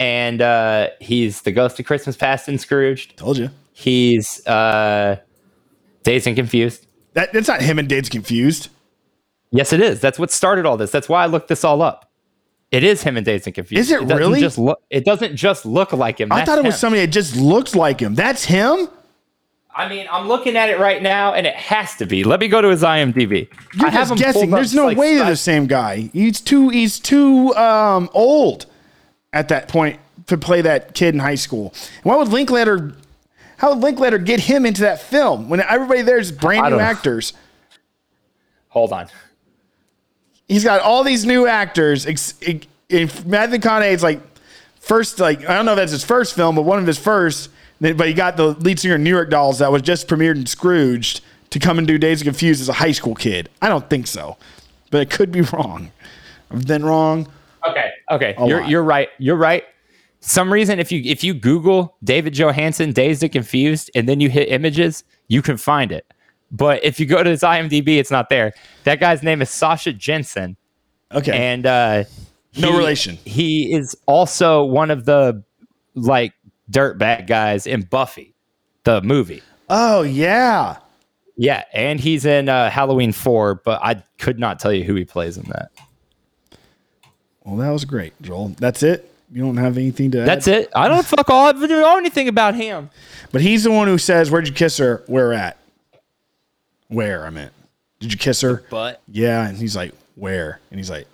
and uh, he's the Ghost of Christmas Past in Scrooged. Told you He's uh, Dazed and Confused. that that's not him and Dave's confused. Yes, it is. That's what started all this. That's why I looked this all up. It is him and Dazed and Confused. Is it doesn't really? Just look, it doesn't just look like him. I That's thought it was him. somebody that just looked like him. That's him. I mean, I'm looking at it right now, and it has to be. Let me go to his IMDb. You're I have just him pulled guessing. up, There's no like, way they're I- the same guy. He's too he's too um, old at that point to play that kid in high school. Why would Linklater? How would Linklater get him into that film when everybody there's brand I new don't know. actors? Hold on. He's got all these new actors. Ex- ex- If Matthew McConaughey's like first, like I don't know if that's his first film, but one of his first. then- But he got the lead singer of New York Dolls that was just premiered in Scrooged to come and do Days of Confused as a high school kid. I don't think so, but it could be wrong. I've been wrong. Okay. Okay. you're lot. you're right. You're right. Some reason if you if you Google David Johansen Dazed and Confused and then you hit images, you can find it. But if you go to his IMDb, it's not there. That guy's name is Sasha Jensen, Okay. and uh, No he- relation. He is also one of the like dirtbag guys in Buffy, the movie. oh yeah. Yeah, and he's in uh, Halloween Four, but I could not tell you who he plays in that. Well, that was great, Joel. That's it. You don't have anything to. That's it. I don't fuck all. I don't know anything about him. But he's the one who says, "Where'd you kiss her? Where at? Where I meant? Did you kiss her? But Yeah." And he's like, "Where?" And he's like,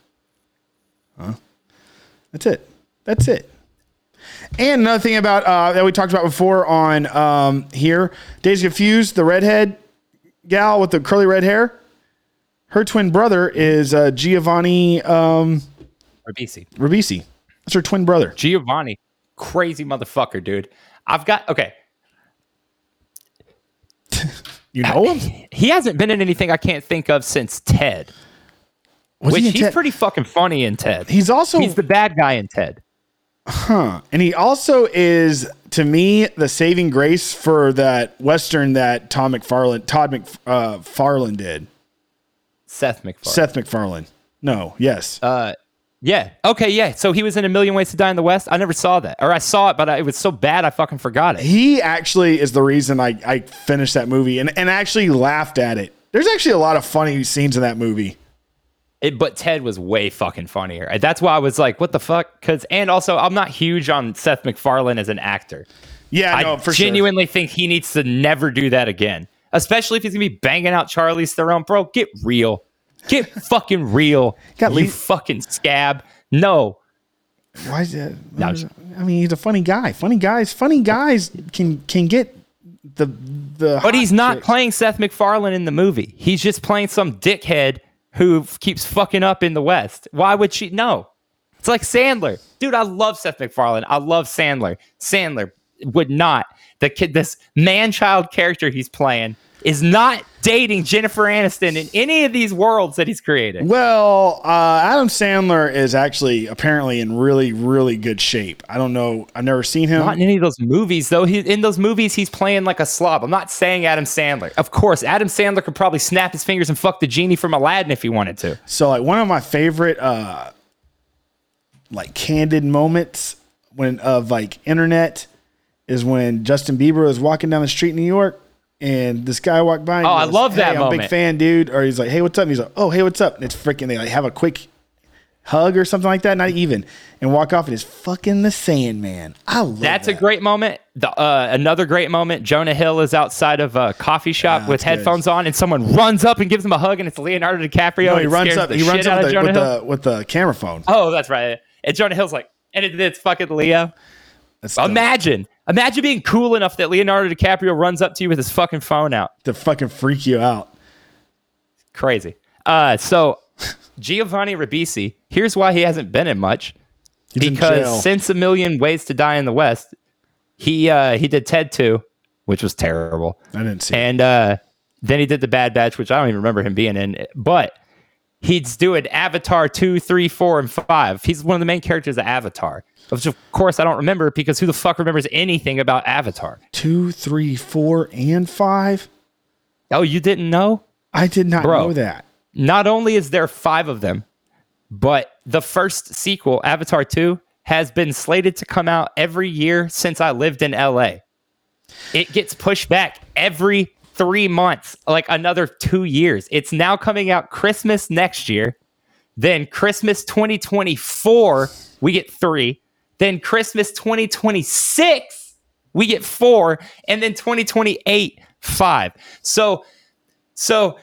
"Huh?" That's it. That's it. And another thing about uh, that we talked about before on um, here, Days Confused, the redhead gal with the curly red hair. Her twin brother is uh, Giovanni um, Ribisi, Ribisi. That's her twin brother. Giovanni, crazy motherfucker, dude. I've got okay. You know him? He hasn't been in anything I can't think of since Ted, Was which he in he's Ted- pretty fucking funny in Ted. He's also he's the bad guy in Ted. and he also is to me the saving grace for that western that Tom McFarland Todd McFarland uh, Farland did. Seth MacFarlane. Seth McFarland. No, yes. Uh, Yeah. Okay. Yeah. So he was in A Million Ways to Die in the West. I never saw that, or I saw it, but I, it was so bad I fucking forgot it. he actually is the reason I, I finished that movie and, and actually laughed at it. There's actually a lot of funny scenes in that movie. It- but Ted was way fucking funnier. That's why I was like, "What the fuck?" Because and also, I'm not huge on Seth MacFarlane as an actor. Yeah, I no, for sure. genuinely think he needs to never do that again, especially if he's gonna be banging out Charlize Theron. Bro, get real, get *laughs* fucking real. Got you Lee- fucking scab. No, Why is that? No, I'm just- I mean, he's a funny guy. Funny guys, funny guys can can get the the. But he's not playing Seth MacFarlane in the movie. He's just playing some dickhead who f- keeps fucking up in the West. Why would she? No. It's like Sandler. Dude, I love Seth MacFarlane. I love Sandler. Sandler would not. The kid, this man child character he's playing is not dating Jennifer Aniston in any of these worlds that he's creating. Well, uh, Adam Sandler is actually apparently in really, really good shape. I don't know. I've never seen him. Not in any of those movies, though. He, in those movies, he's playing like a slob. I'm not saying Adam Sandler. Of course, Adam Sandler could probably snap his fingers and fuck the genie from Aladdin if he wanted to. so, like one of my favorite, uh, like candid moments when of like internet is when Justin Bieber was walking down the street in New York. And this guy walked by. And Oh, he I goes, love "Hey, that I'm a big moment. fan, dude. Or he's like, "Hey, what's up?" And he's like, "Oh, hey, what's up?" And it's freaking. They like have a quick hug or something like that. Not even, and walk off. And it's fucking the Sandman. I love That's that. a great moment. The, uh, another great moment. Jonah Hill is outside of a coffee shop with Ah, that's good. headphones on, and someone runs up and gives him a hug, and it's Leonardo DiCaprio. No, Oh, and he it runs scares up. the He runs shit up out with of the, with Jonah Hill. the with the camera phone. Oh, that's right. And Jonah Hill's like, and it, it's fucking Leo. That's the, Imagine, imagine being cool enough that Leonardo DiCaprio runs up to you with his fucking phone out. to fucking freak you out. *laughs* Crazy. Uh, so Giovanni Ribisi. Here's why he hasn't been in much. He's in jail. because since a million ways to die in the West, he uh, he did Ted two, which was terrible, I didn't see. it. and uh, then he did the Bad Batch, which I don't even remember him being in. But he's doing Avatar two, three, four, and five. He's one of the main characters of Avatar, which of course I don't remember because who the fuck remembers anything about Avatar? Two, three, four, and five. Oh, you didn't know? I did not Bro. know that. not only is there five of them, but the first sequel, Avatar 2, has been slated to come out every year since I lived in LA. It gets pushed back every three months, like another two years. It's now coming out Christmas next year. Then Christmas 2024, we get three. Then Christmas 2026, we get four. And then 2028, five. So, so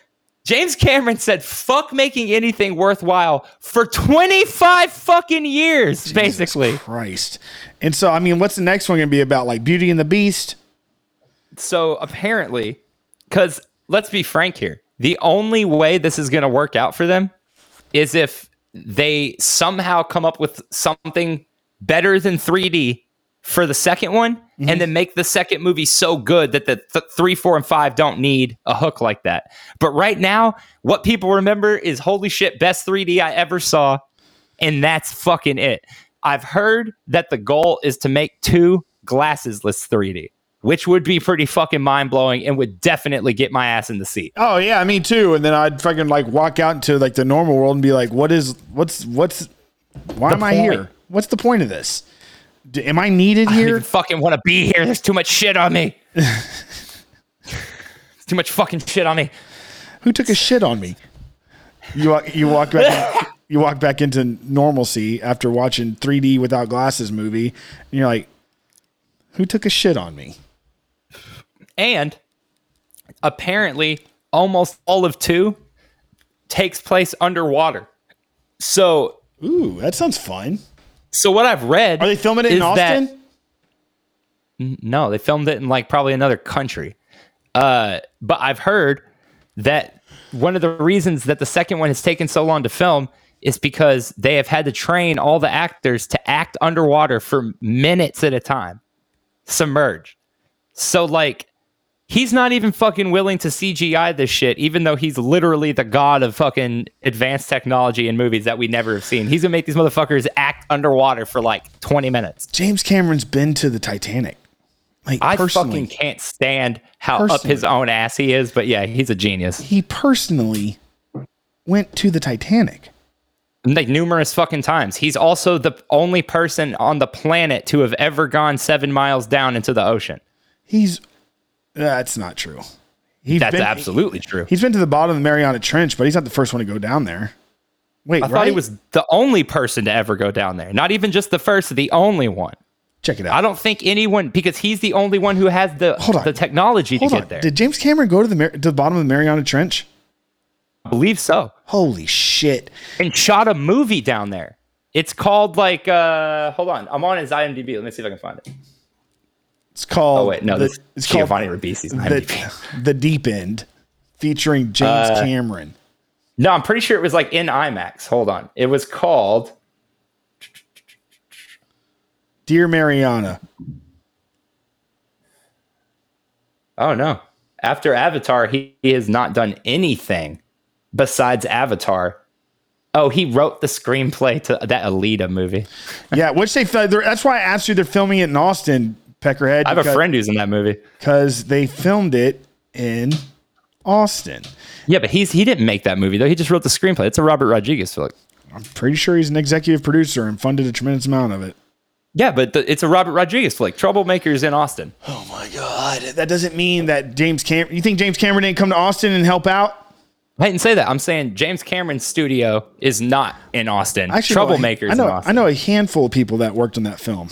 James Cameron said, fuck making anything worthwhile for 25 fucking years, basically. Christ. And so, I mean, what's the next one going to be about? Like Beauty and the Beast? So apparently, because let's be frank here, the only way this is going to work out for them is if they somehow come up with something better than 3D for the second one and then make the second movie so good that the th- three, four, and five don't need a hook like that. But right now, what people remember is holy shit, best 3D I ever saw. And that's fucking it. I've heard that the goal is to make two glassesless 3D, which would be pretty fucking mind blowing and would definitely get my ass in the seat. Oh yeah, me too. And then I'd fucking like walk out into like the normal world and be like, "What is? What's? What's? Why am I point. here? What's the point of this? D- am I needed I don't here? even fucking want to be here. There's too much shit on *laughs* me. It's too much fucking shit on me. Who took a shit on me? You walk. You walk back. you walk back into normalcy after watching 3D without glasses movie, and you're like, "Who took a shit on me? And apparently, almost all of two takes place underwater. So, Ooh, that sounds fun. so what I've read Are they filming it in is that- Austin? No, they filmed it in like probably another country. Uh, but I've heard that one of the reasons that the second one has taken so long to film is because they have had to train all the actors to act underwater for minutes at a time, submerged. So like, he's not even fucking willing to CGI this shit, even though he's literally the god of fucking advanced technology in movies that we never have seen. He's gonna make these motherfuckers act underwater for like twenty minutes. James Cameron's been to the Titanic. Like I personally, fucking can't stand how up his Personally. own ass he is, but yeah, he's a genius. he personally went to the Titanic. Like numerous fucking times. He's also the only person on the planet to have ever gone seven miles down into the ocean. He's that's not true. He's That's been, absolutely true. He's been to the bottom of the Mariana Trench, but he's not the first one to go down there. Wait, I thought he was the only person to ever go down there. Not even just the first, the only one. Check it out. I don't think anyone because he's the only one who has the Hold on. the technology Hold to on. get there. Did James Cameron go to the Mar- to the bottom of the Mariana Trench? I believe so. Holy shit! And shot a movie down there. It's called like uh hold on. I'm on his IMDb. Let me see if I can find it. It's called. Oh wait, no, the- this is Giovanni Ribisi's not the, the Deep End, featuring James Uh, Cameron. No, I'm pretty sure it was like in IMAX. Hold on. It was called Dear Mariana, Oh no. After Avatar, he, he has not done anything besides Avatar. Oh, he wrote the screenplay to that Alita movie. *laughs* yeah, which they they're- that's why I asked you. They're filming it in Austin, Peckerhead. I have a friend who's in that movie. because they filmed it in Austin. Yeah, but he's he didn't make that movie though. He just wrote the screenplay. It's a Robert Rodriguez film. Pretty sure he's an executive producer and funded a tremendous amount of it. Yeah, but the, it's a Robert Rodriguez flick. Troublemakers in Austin. Oh my God. That doesn't mean that James Cameron, you think James Cameron didn't come to Austin and help out? I didn't say that. I'm saying James Cameron's studio is not in Austin. Troublemakers I know, in Austin. I know a handful of people that worked on that film.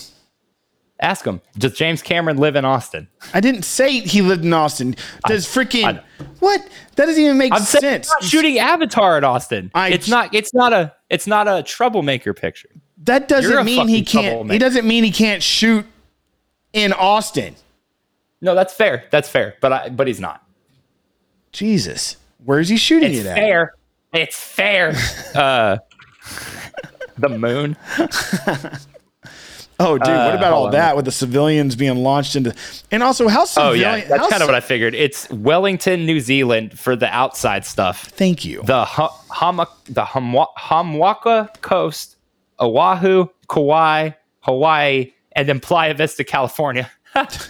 Ask him. Does James Cameron live in Austin? I didn't say he lived in Austin. Does freaking, what? That doesn't even make I'm saying sense. it's not shooting Avatar at Austin. I- it's not. It's not a. It's not a troublemaker picture. That You're a doesn't mean he fucking can't, he troublemaker. doesn't mean he can't shoot in Austin. No, that's fair. That's fair. But I. But he's not. Jesus. Where is he shooting It's it at? *laughs* fair. It's fair. uh, the moon. Oh, dude, what Uh, about all hold on. that with the civilians being launched into? And also, how Oh civilian? yeah, that's how kind of ci- what I figured. It's Wellington, New Zealand for the outside stuff. Thank you. The ha- Hama, the Hamwa- Hamwaka Coast, Oahu, Kauai, Hawaii, and then Playa Vista, California.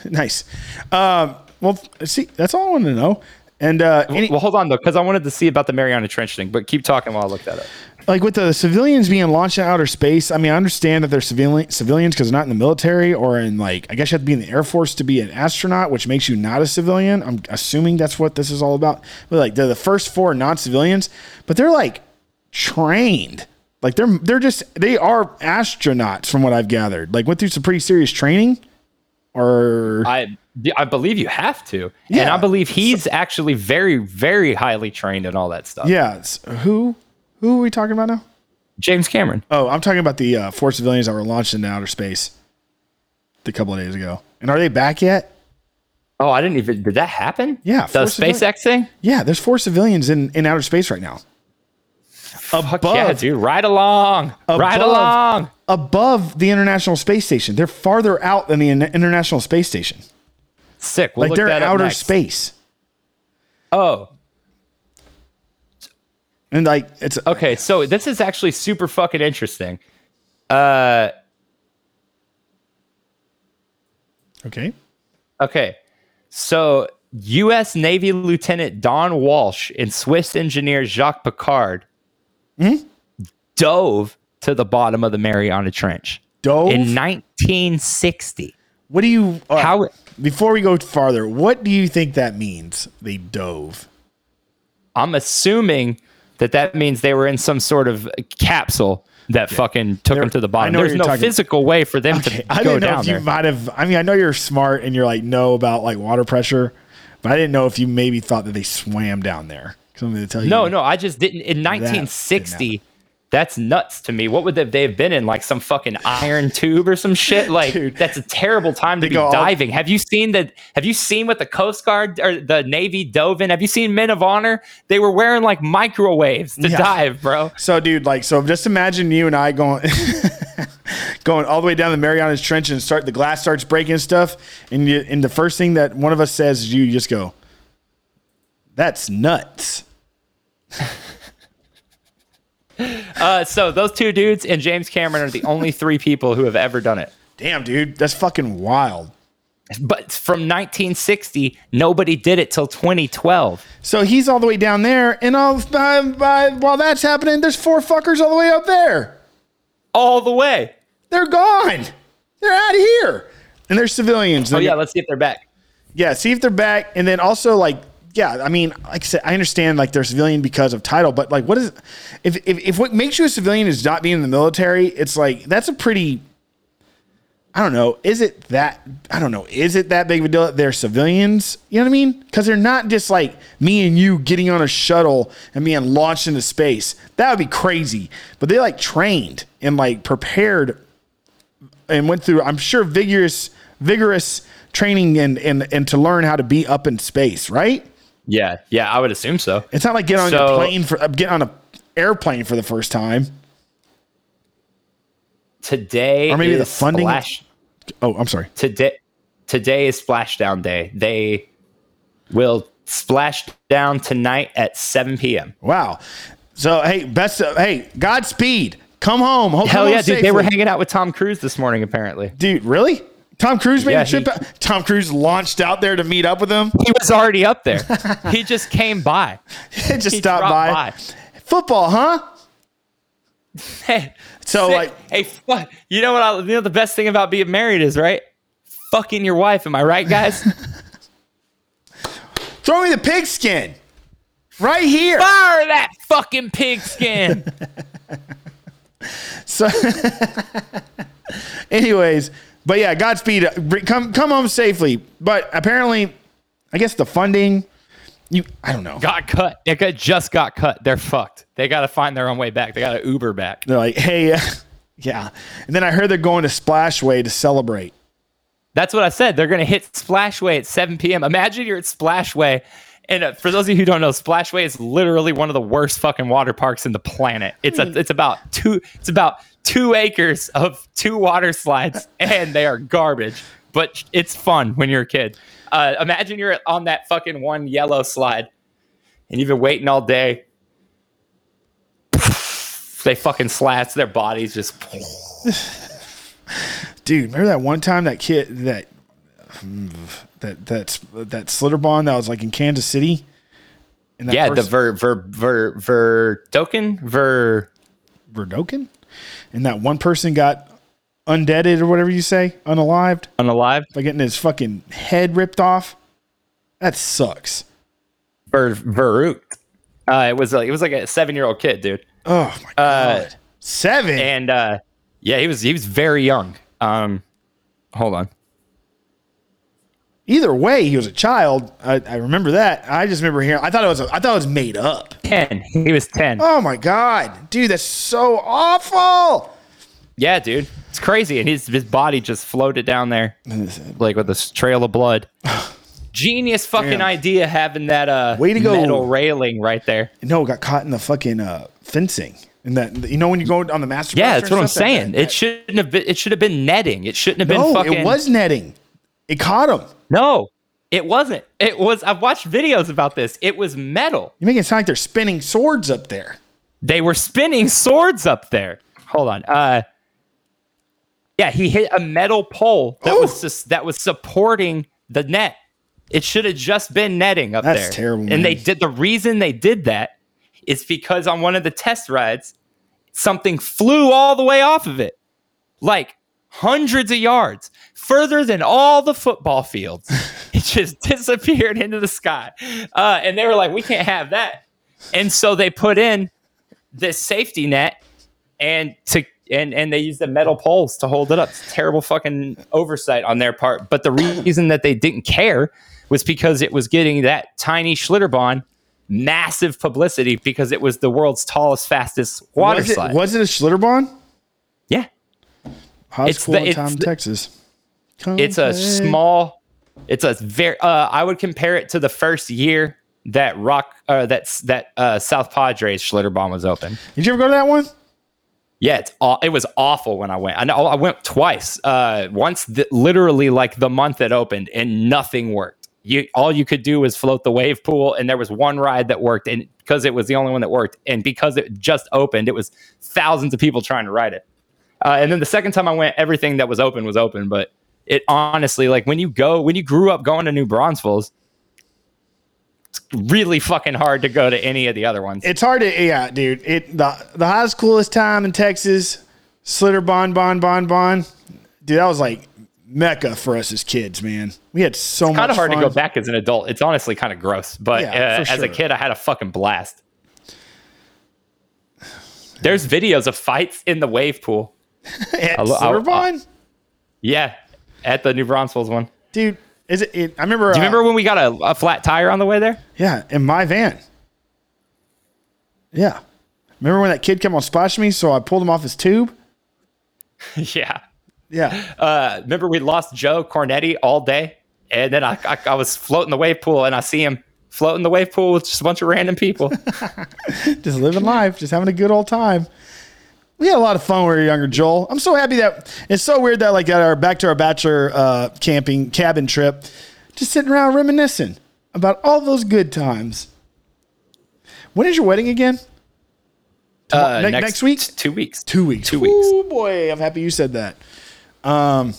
nice. Um, well, see, that's all I wanted to know. And uh, any, well, hold on though, because I wanted to see about the Mariana Trench thing. But keep talking while I look that up. like with the civilians being launched in outer space, I mean, I understand that they're civilian civilians because they're not in the military or in like I guess you have to be in the air force to be an astronaut, which makes you not a civilian. I'm assuming that's what this is all about. But like they're the first four non-civilians, but they're like trained. Like they're they're just they are astronauts from what I've gathered. Like went through some pretty serious training. Or I I believe you have to, and Yeah. I believe he's actually very very highly trained and all that stuff. yeah, it's- who who are we talking about now? James Cameron. Oh, I'm talking about the uh, four civilians that were launched into outer space a couple of days ago. And are they back yet? Oh, I didn't even. Did that happen? Yeah, The force of SpaceX thing. Yeah, there's four civilians in, in outer space right now. Fuck yeah, Above. dude. Ride along. Ride Above. along. Above the International Space Station. They're farther out than the In- International Space Station. Sick. We'll Like look they're that up outer next. space. Oh, And like it's okay. So this is actually super fucking interesting. Uh, okay. okay. So U.S. Navy Lieutenant Don Walsh and Swiss engineer Jacques Picard Hmm? dove to the bottom of the Mariana Trench Dove. in 1960. what do you all right, How? before we go farther, what do you think that means? They dove. I'm assuming that that means they were in some sort of capsule that fucking took There- them to the I bottom. know what There's you're no talking- physical way for them Okay, to *laughs* I go didn't know down if you there. might have I mean, I know you're smart and you're like know about like water pressure, but I didn't know if you maybe thought that they swam down there. 'Cause I'm gonna tell you. No, no, I just didn't. In 1960, that's nuts to me. What would they, they have been in? Like some fucking iron tube or *laughs* some shit? Like Dude. that's a terrible time to be go all- diving. have you seen the? Have you seen what the Coast Guard or the Navy dove in? Have you seen Men of Honor? They were wearing like microwaves to Yeah. dive, bro. So, dude, like, so just imagine you and I going, *laughs* going all the way down the Marianas Trench and start the glass starts breaking and stuff, and you, and the first thing that one of us says is you, you just go, "That's nuts." Uh, so those two dudes and James Cameron are the only three people who have ever done it. Damn, dude, that's fucking wild. But from 1960, nobody did it till 2012. So he's all the way down there, and all by, by, while that's happening, there's four fuckers all the way up there. All the way. They're gone. They're out of here, and they're civilians. Oh yeah, let's see if they're back. Yeah, see if they're back, and then also like, yeah, I mean, like I said, I understand like they're civilian because of title, but like, what is if if, if what makes you a civilian is not being in the military? It's like that's a pretty. I don't know. Is it that? I don't know. Is it that big of a deal that they're civilians? You know what I mean? Because they're not just like me and you getting on a shuttle and being launched into space. That would be crazy. But they like trained and like prepared and went through I'm sure vigorous vigorous training and and and to learn how to be up in space, right? Yeah, yeah, I would assume so. It's not like get on So- a plane for uh, get on a airplane for the first time. Today, Or maybe is the funding- splash- Oh, I'm sorry. today, today is splashdown day. They will splash down tonight at 7 p.m. Wow. So hey, best of, hey, Godspeed. Come home. Hope Hell come yeah, home dude! They were safely. hanging out with Tom Cruise this morning, apparently. dude, really? Tom Cruise made Yeah, a trip he- out. Tom Cruise launched out there to meet up with *laughs* him. *laughs* He was already up there. *laughs* he just came by. He just He stopped dropped by. Football, huh? *laughs* Hey, So, sick. like- hey, fuck. You know what? I, you know the best thing about being married is right. Fucking your wife, am I right, *laughs* guys? Throw me the pigskin. Right here. Fire that fucking pigskin. So, anyways, but yeah, Godspeed. Br- Come come home safely. But apparently, I guess the funding. You, I don't know. got cut. They got, just got cut. They're fucked. They got to find their own way back. They got to Uber back. They're like, hey, *laughs* uh, yeah. And then I heard they're going to Splashway to celebrate. That's what I said. They're going to hit Splashway at 7 p.m. Imagine you're at Splashway And uh, for those of you who don't know, Splashway is literally one of the worst fucking water parks in the planet. It's a, it's about two it's about two acres of two water slides, and they are garbage. But it's fun when you're a kid. Uh, imagine you're on that fucking one yellow slide, and you've been waiting all day. They fucking slats their bodies just. dude. Remember that one time that kid that that that that Slitterbond that was like in Kansas City. And that Yeah, the person- ver ver ver ver token ver Verdokin, and that one person got undeaded or whatever you say, unalived unalive by getting his fucking head ripped off. That sucks. ver veruk. Uh, it was like it was like a seven year old kid, dude. Oh my god, seven. Uh, and uh yeah he was he was very young um hold on Either way, he was a child. I, I remember that. I just remember hearing. I thought it was. I thought it was made up. 10 he was 10 Oh my god, dude, that's so awful. yeah dude it's crazy and his his body just floated down there like with this trail *sighs* of blood genius fucking Damn. idea having that uh Way to go. metal railing right there No, it got caught in the fucking uh, fencing. And that you know when you go on the master. yeah blaster that's and what i'm stuff, that- saying that- it shouldn't have been it should have been netting it shouldn't have been no, fucking it was netting. It caught him. no it wasn't it was i've watched videos about this it was metal You make it sound like they're spinning swords up there. they were spinning swords up there. Hold on. Uh yeah, he hit a metal pole that was Ooh. sus- that was supporting the net. It should have just been netting up That's there. terrible, And man. they did the reason they did that is because on one of the test rides, something flew all the way off of it. Like hundreds of yards, further than all the football *laughs* fields. it just disappeared into the sky. Uh, and they were like, we can't have that. And so they put in this safety net and to and and they used the metal poles to hold it up. It's terrible fucking oversight on their part. But the reason that they didn't care was because it was getting that tiny Schlitterbahn massive publicity because it was the world's tallest, fastest water was, it, slide. was it a Schlitterbahn? Yeah. High It's school the- in it's Tom, the- Texas. It's a Contact. small. It's a very. Uh, I would compare it to the first year that Rock uh, that's that uh, South Padres Schlitterbahn was open. Did you ever go to that one? Yeah, it's aw- it was awful when I went. I know I went twice. Uh, once th- literally like the month it opened and nothing worked. You all you could do was float the wave pool, and there was one ride that worked, and because it was the only one that worked, and because it just opened, it was thousands of people trying to ride it. Uh, and then the second time I went, everything that was open was open. But it honestly, like when you go, when you grew up going to New Braunfels, it's really fucking hard to go to any of the other ones. It's hard to yeah, dude. It the the high schoolest time in Texas, Schlitterbahn, bon, bon, bon. Dude, that was like mecca for us as kids, man. We had so much. kind of hard fun. to go back as an adult. It's honestly kind of gross, but Yeah, uh, for as a sure. kid, I had a fucking blast. There's videos of fights in the wave pool. At lo- I- Schlitterbahn, Yeah, at the New Braunfels one. dude. Is it? it I remember. uh, Do you remember when we got a, a flat tire on the way there? Yeah, in my van. Yeah. Remember when that kid came on splash me, so I pulled him off his tube? yeah. *laughs* Yeah. Uh, remember we lost Joe Cornetti all day, and then I, I I was floating the wave pool, and I see him floating the wave pool with just a bunch of *laughs* random people. Uh, Just living life, just having a good old time. We had a lot of fun when we were younger, Joel. I'm so happy that it's so weird that like at our back to our bachelor uh, camping cabin trip, just sitting around reminiscing about all those good times. When is your wedding again? Uh, ne- next week? two weeks. Two weeks. Two weeks. Oh boy, I'm happy you said that. Um,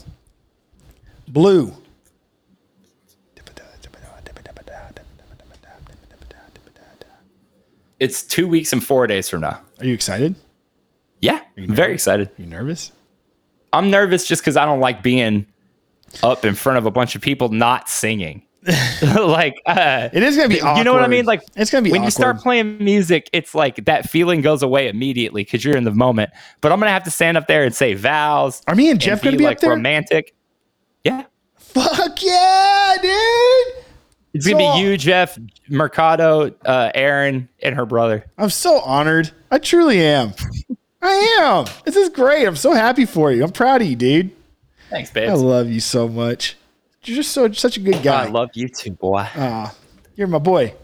blue. It's two weeks and four days from now. Are you excited? Yeah, very excited. Are you nervous? I'm nervous just because I don't like being up in front of a bunch of people not singing. *laughs* like, uh, It is gonna be. Awkward. you know what I mean? Like, it's gonna be when you awkward. start playing music, it's like that feeling goes away immediately because you're in the moment. But I'm gonna have to stand up there and say vows. Are me and and Jeff gonna be be like up there? romantic? Yeah, Fuck yeah, dude! it's gonna So- be you, Jeff, Mercado, uh, Aaron, and her brother. I'm so honored. I truly am. I am. This is great. I'm so happy for you. I'm proud of you, dude. Thanks, I babe. love you so much. You're just so such a good I guy. love you too, boy. Aw. You're my boy.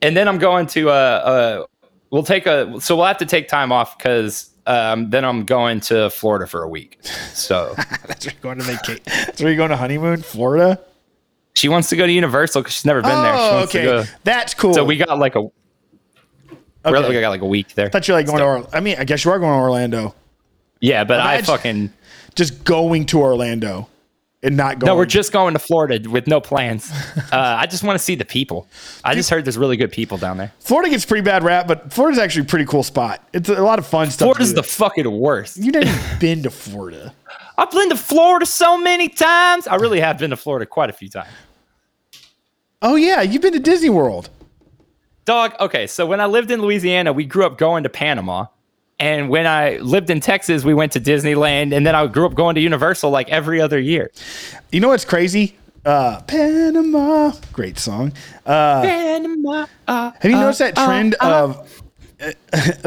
and then I'm going to uh, uh we'll take a so we'll have to take time off because um then I'm going to Florida for a week. *laughs* So That's where you're going to vacation. That's where you're going to honeymoon, Florida. she wants to go to Universal because she's never been there. She Oh, wants to okay. go- That's cool. so we got like a okay. we got like a week there. thought you were like going to Orlando. I mean, I guess you are going to Orlando. yeah, but I Imagine- fucking Just going to Orlando and not going. no, we're just going to Florida with *laughs* no plans. Uh, I just want to see the people. I just heard there's really good people down there. Florida gets pretty bad rap, but Florida's actually a pretty cool spot. It's a lot of fun stuff. to Florida's do the fucking worst. there. You've never *laughs* been to Florida. I've been to Florida so many times. I really have been to Florida quite a few times. Oh yeah, you've been to Disney World. Dog, okay, so when I lived in Louisiana, we grew up going to Panama. And when I lived in Texas, we went to Disneyland. And then I grew up going to Universal like every other year. You know what's crazy? Uh, Panama, great song. Uh, Panama. uh, have you uh, noticed that uh, trend uh. of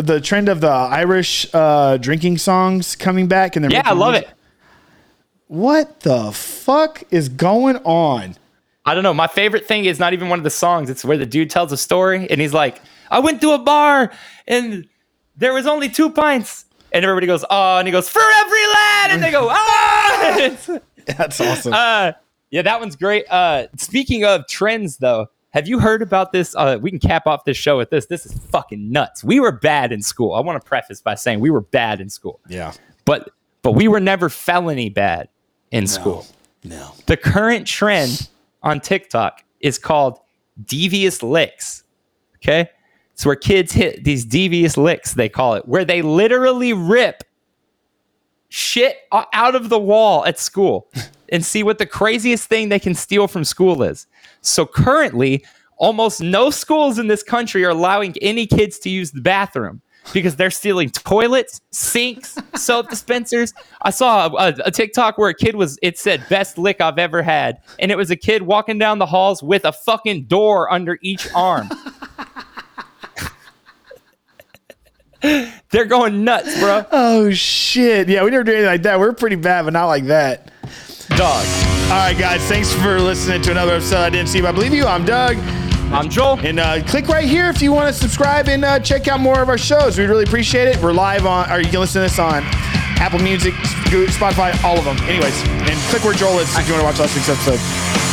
the trend of *laughs* the Irish uh, drinking songs coming back? And they're yeah, I making love music? it. What the fuck is going on? *laughs* I don't know. My favorite thing is not even one of the songs. It's where the dude tells a story and he's like, I went to a bar and there was only two pints. And everybody goes, oh, and he goes, for every lad. And they go, ah. *laughs* It's- That's awesome. uh, yeah, that one's great. Uh, speaking of trends, though, have you heard about this? Uh, we can cap off this show with this. This is fucking nuts. We were bad in school. I want to preface by saying we were bad in school, yeah. but but we were never felony bad in school. No. The current trend on TikTok is called devious licks. Okay, it's where kids hit these devious licks. They call it where they literally rip shit o- out of the wall at school and see what the craziest thing they can steal from school is. So currently, almost no schools in this country are allowing any kids to use the bathroom because they're stealing toilets, sinks, soap dispensers. I saw a, a, a TikTok where a kid was it said best lick I've ever had and it was a kid walking down the halls with a fucking door under each arm. *laughs* They're going nuts, bro. Oh shit. Yeah, we never do anything like that. We're pretty bad, but not like that. Dog. All right, guys. Thanks for listening to another episode. I didn't see, but I believe you. I'm Doug. I'm Joel. And uh, click right here if you want to subscribe and uh, check out more of our shows. We'd really appreciate it. We're live on, or you can listen to this on Apple Music, Spotify, all of them. Anyways, and click where Joel is if you want to watch last week's episode.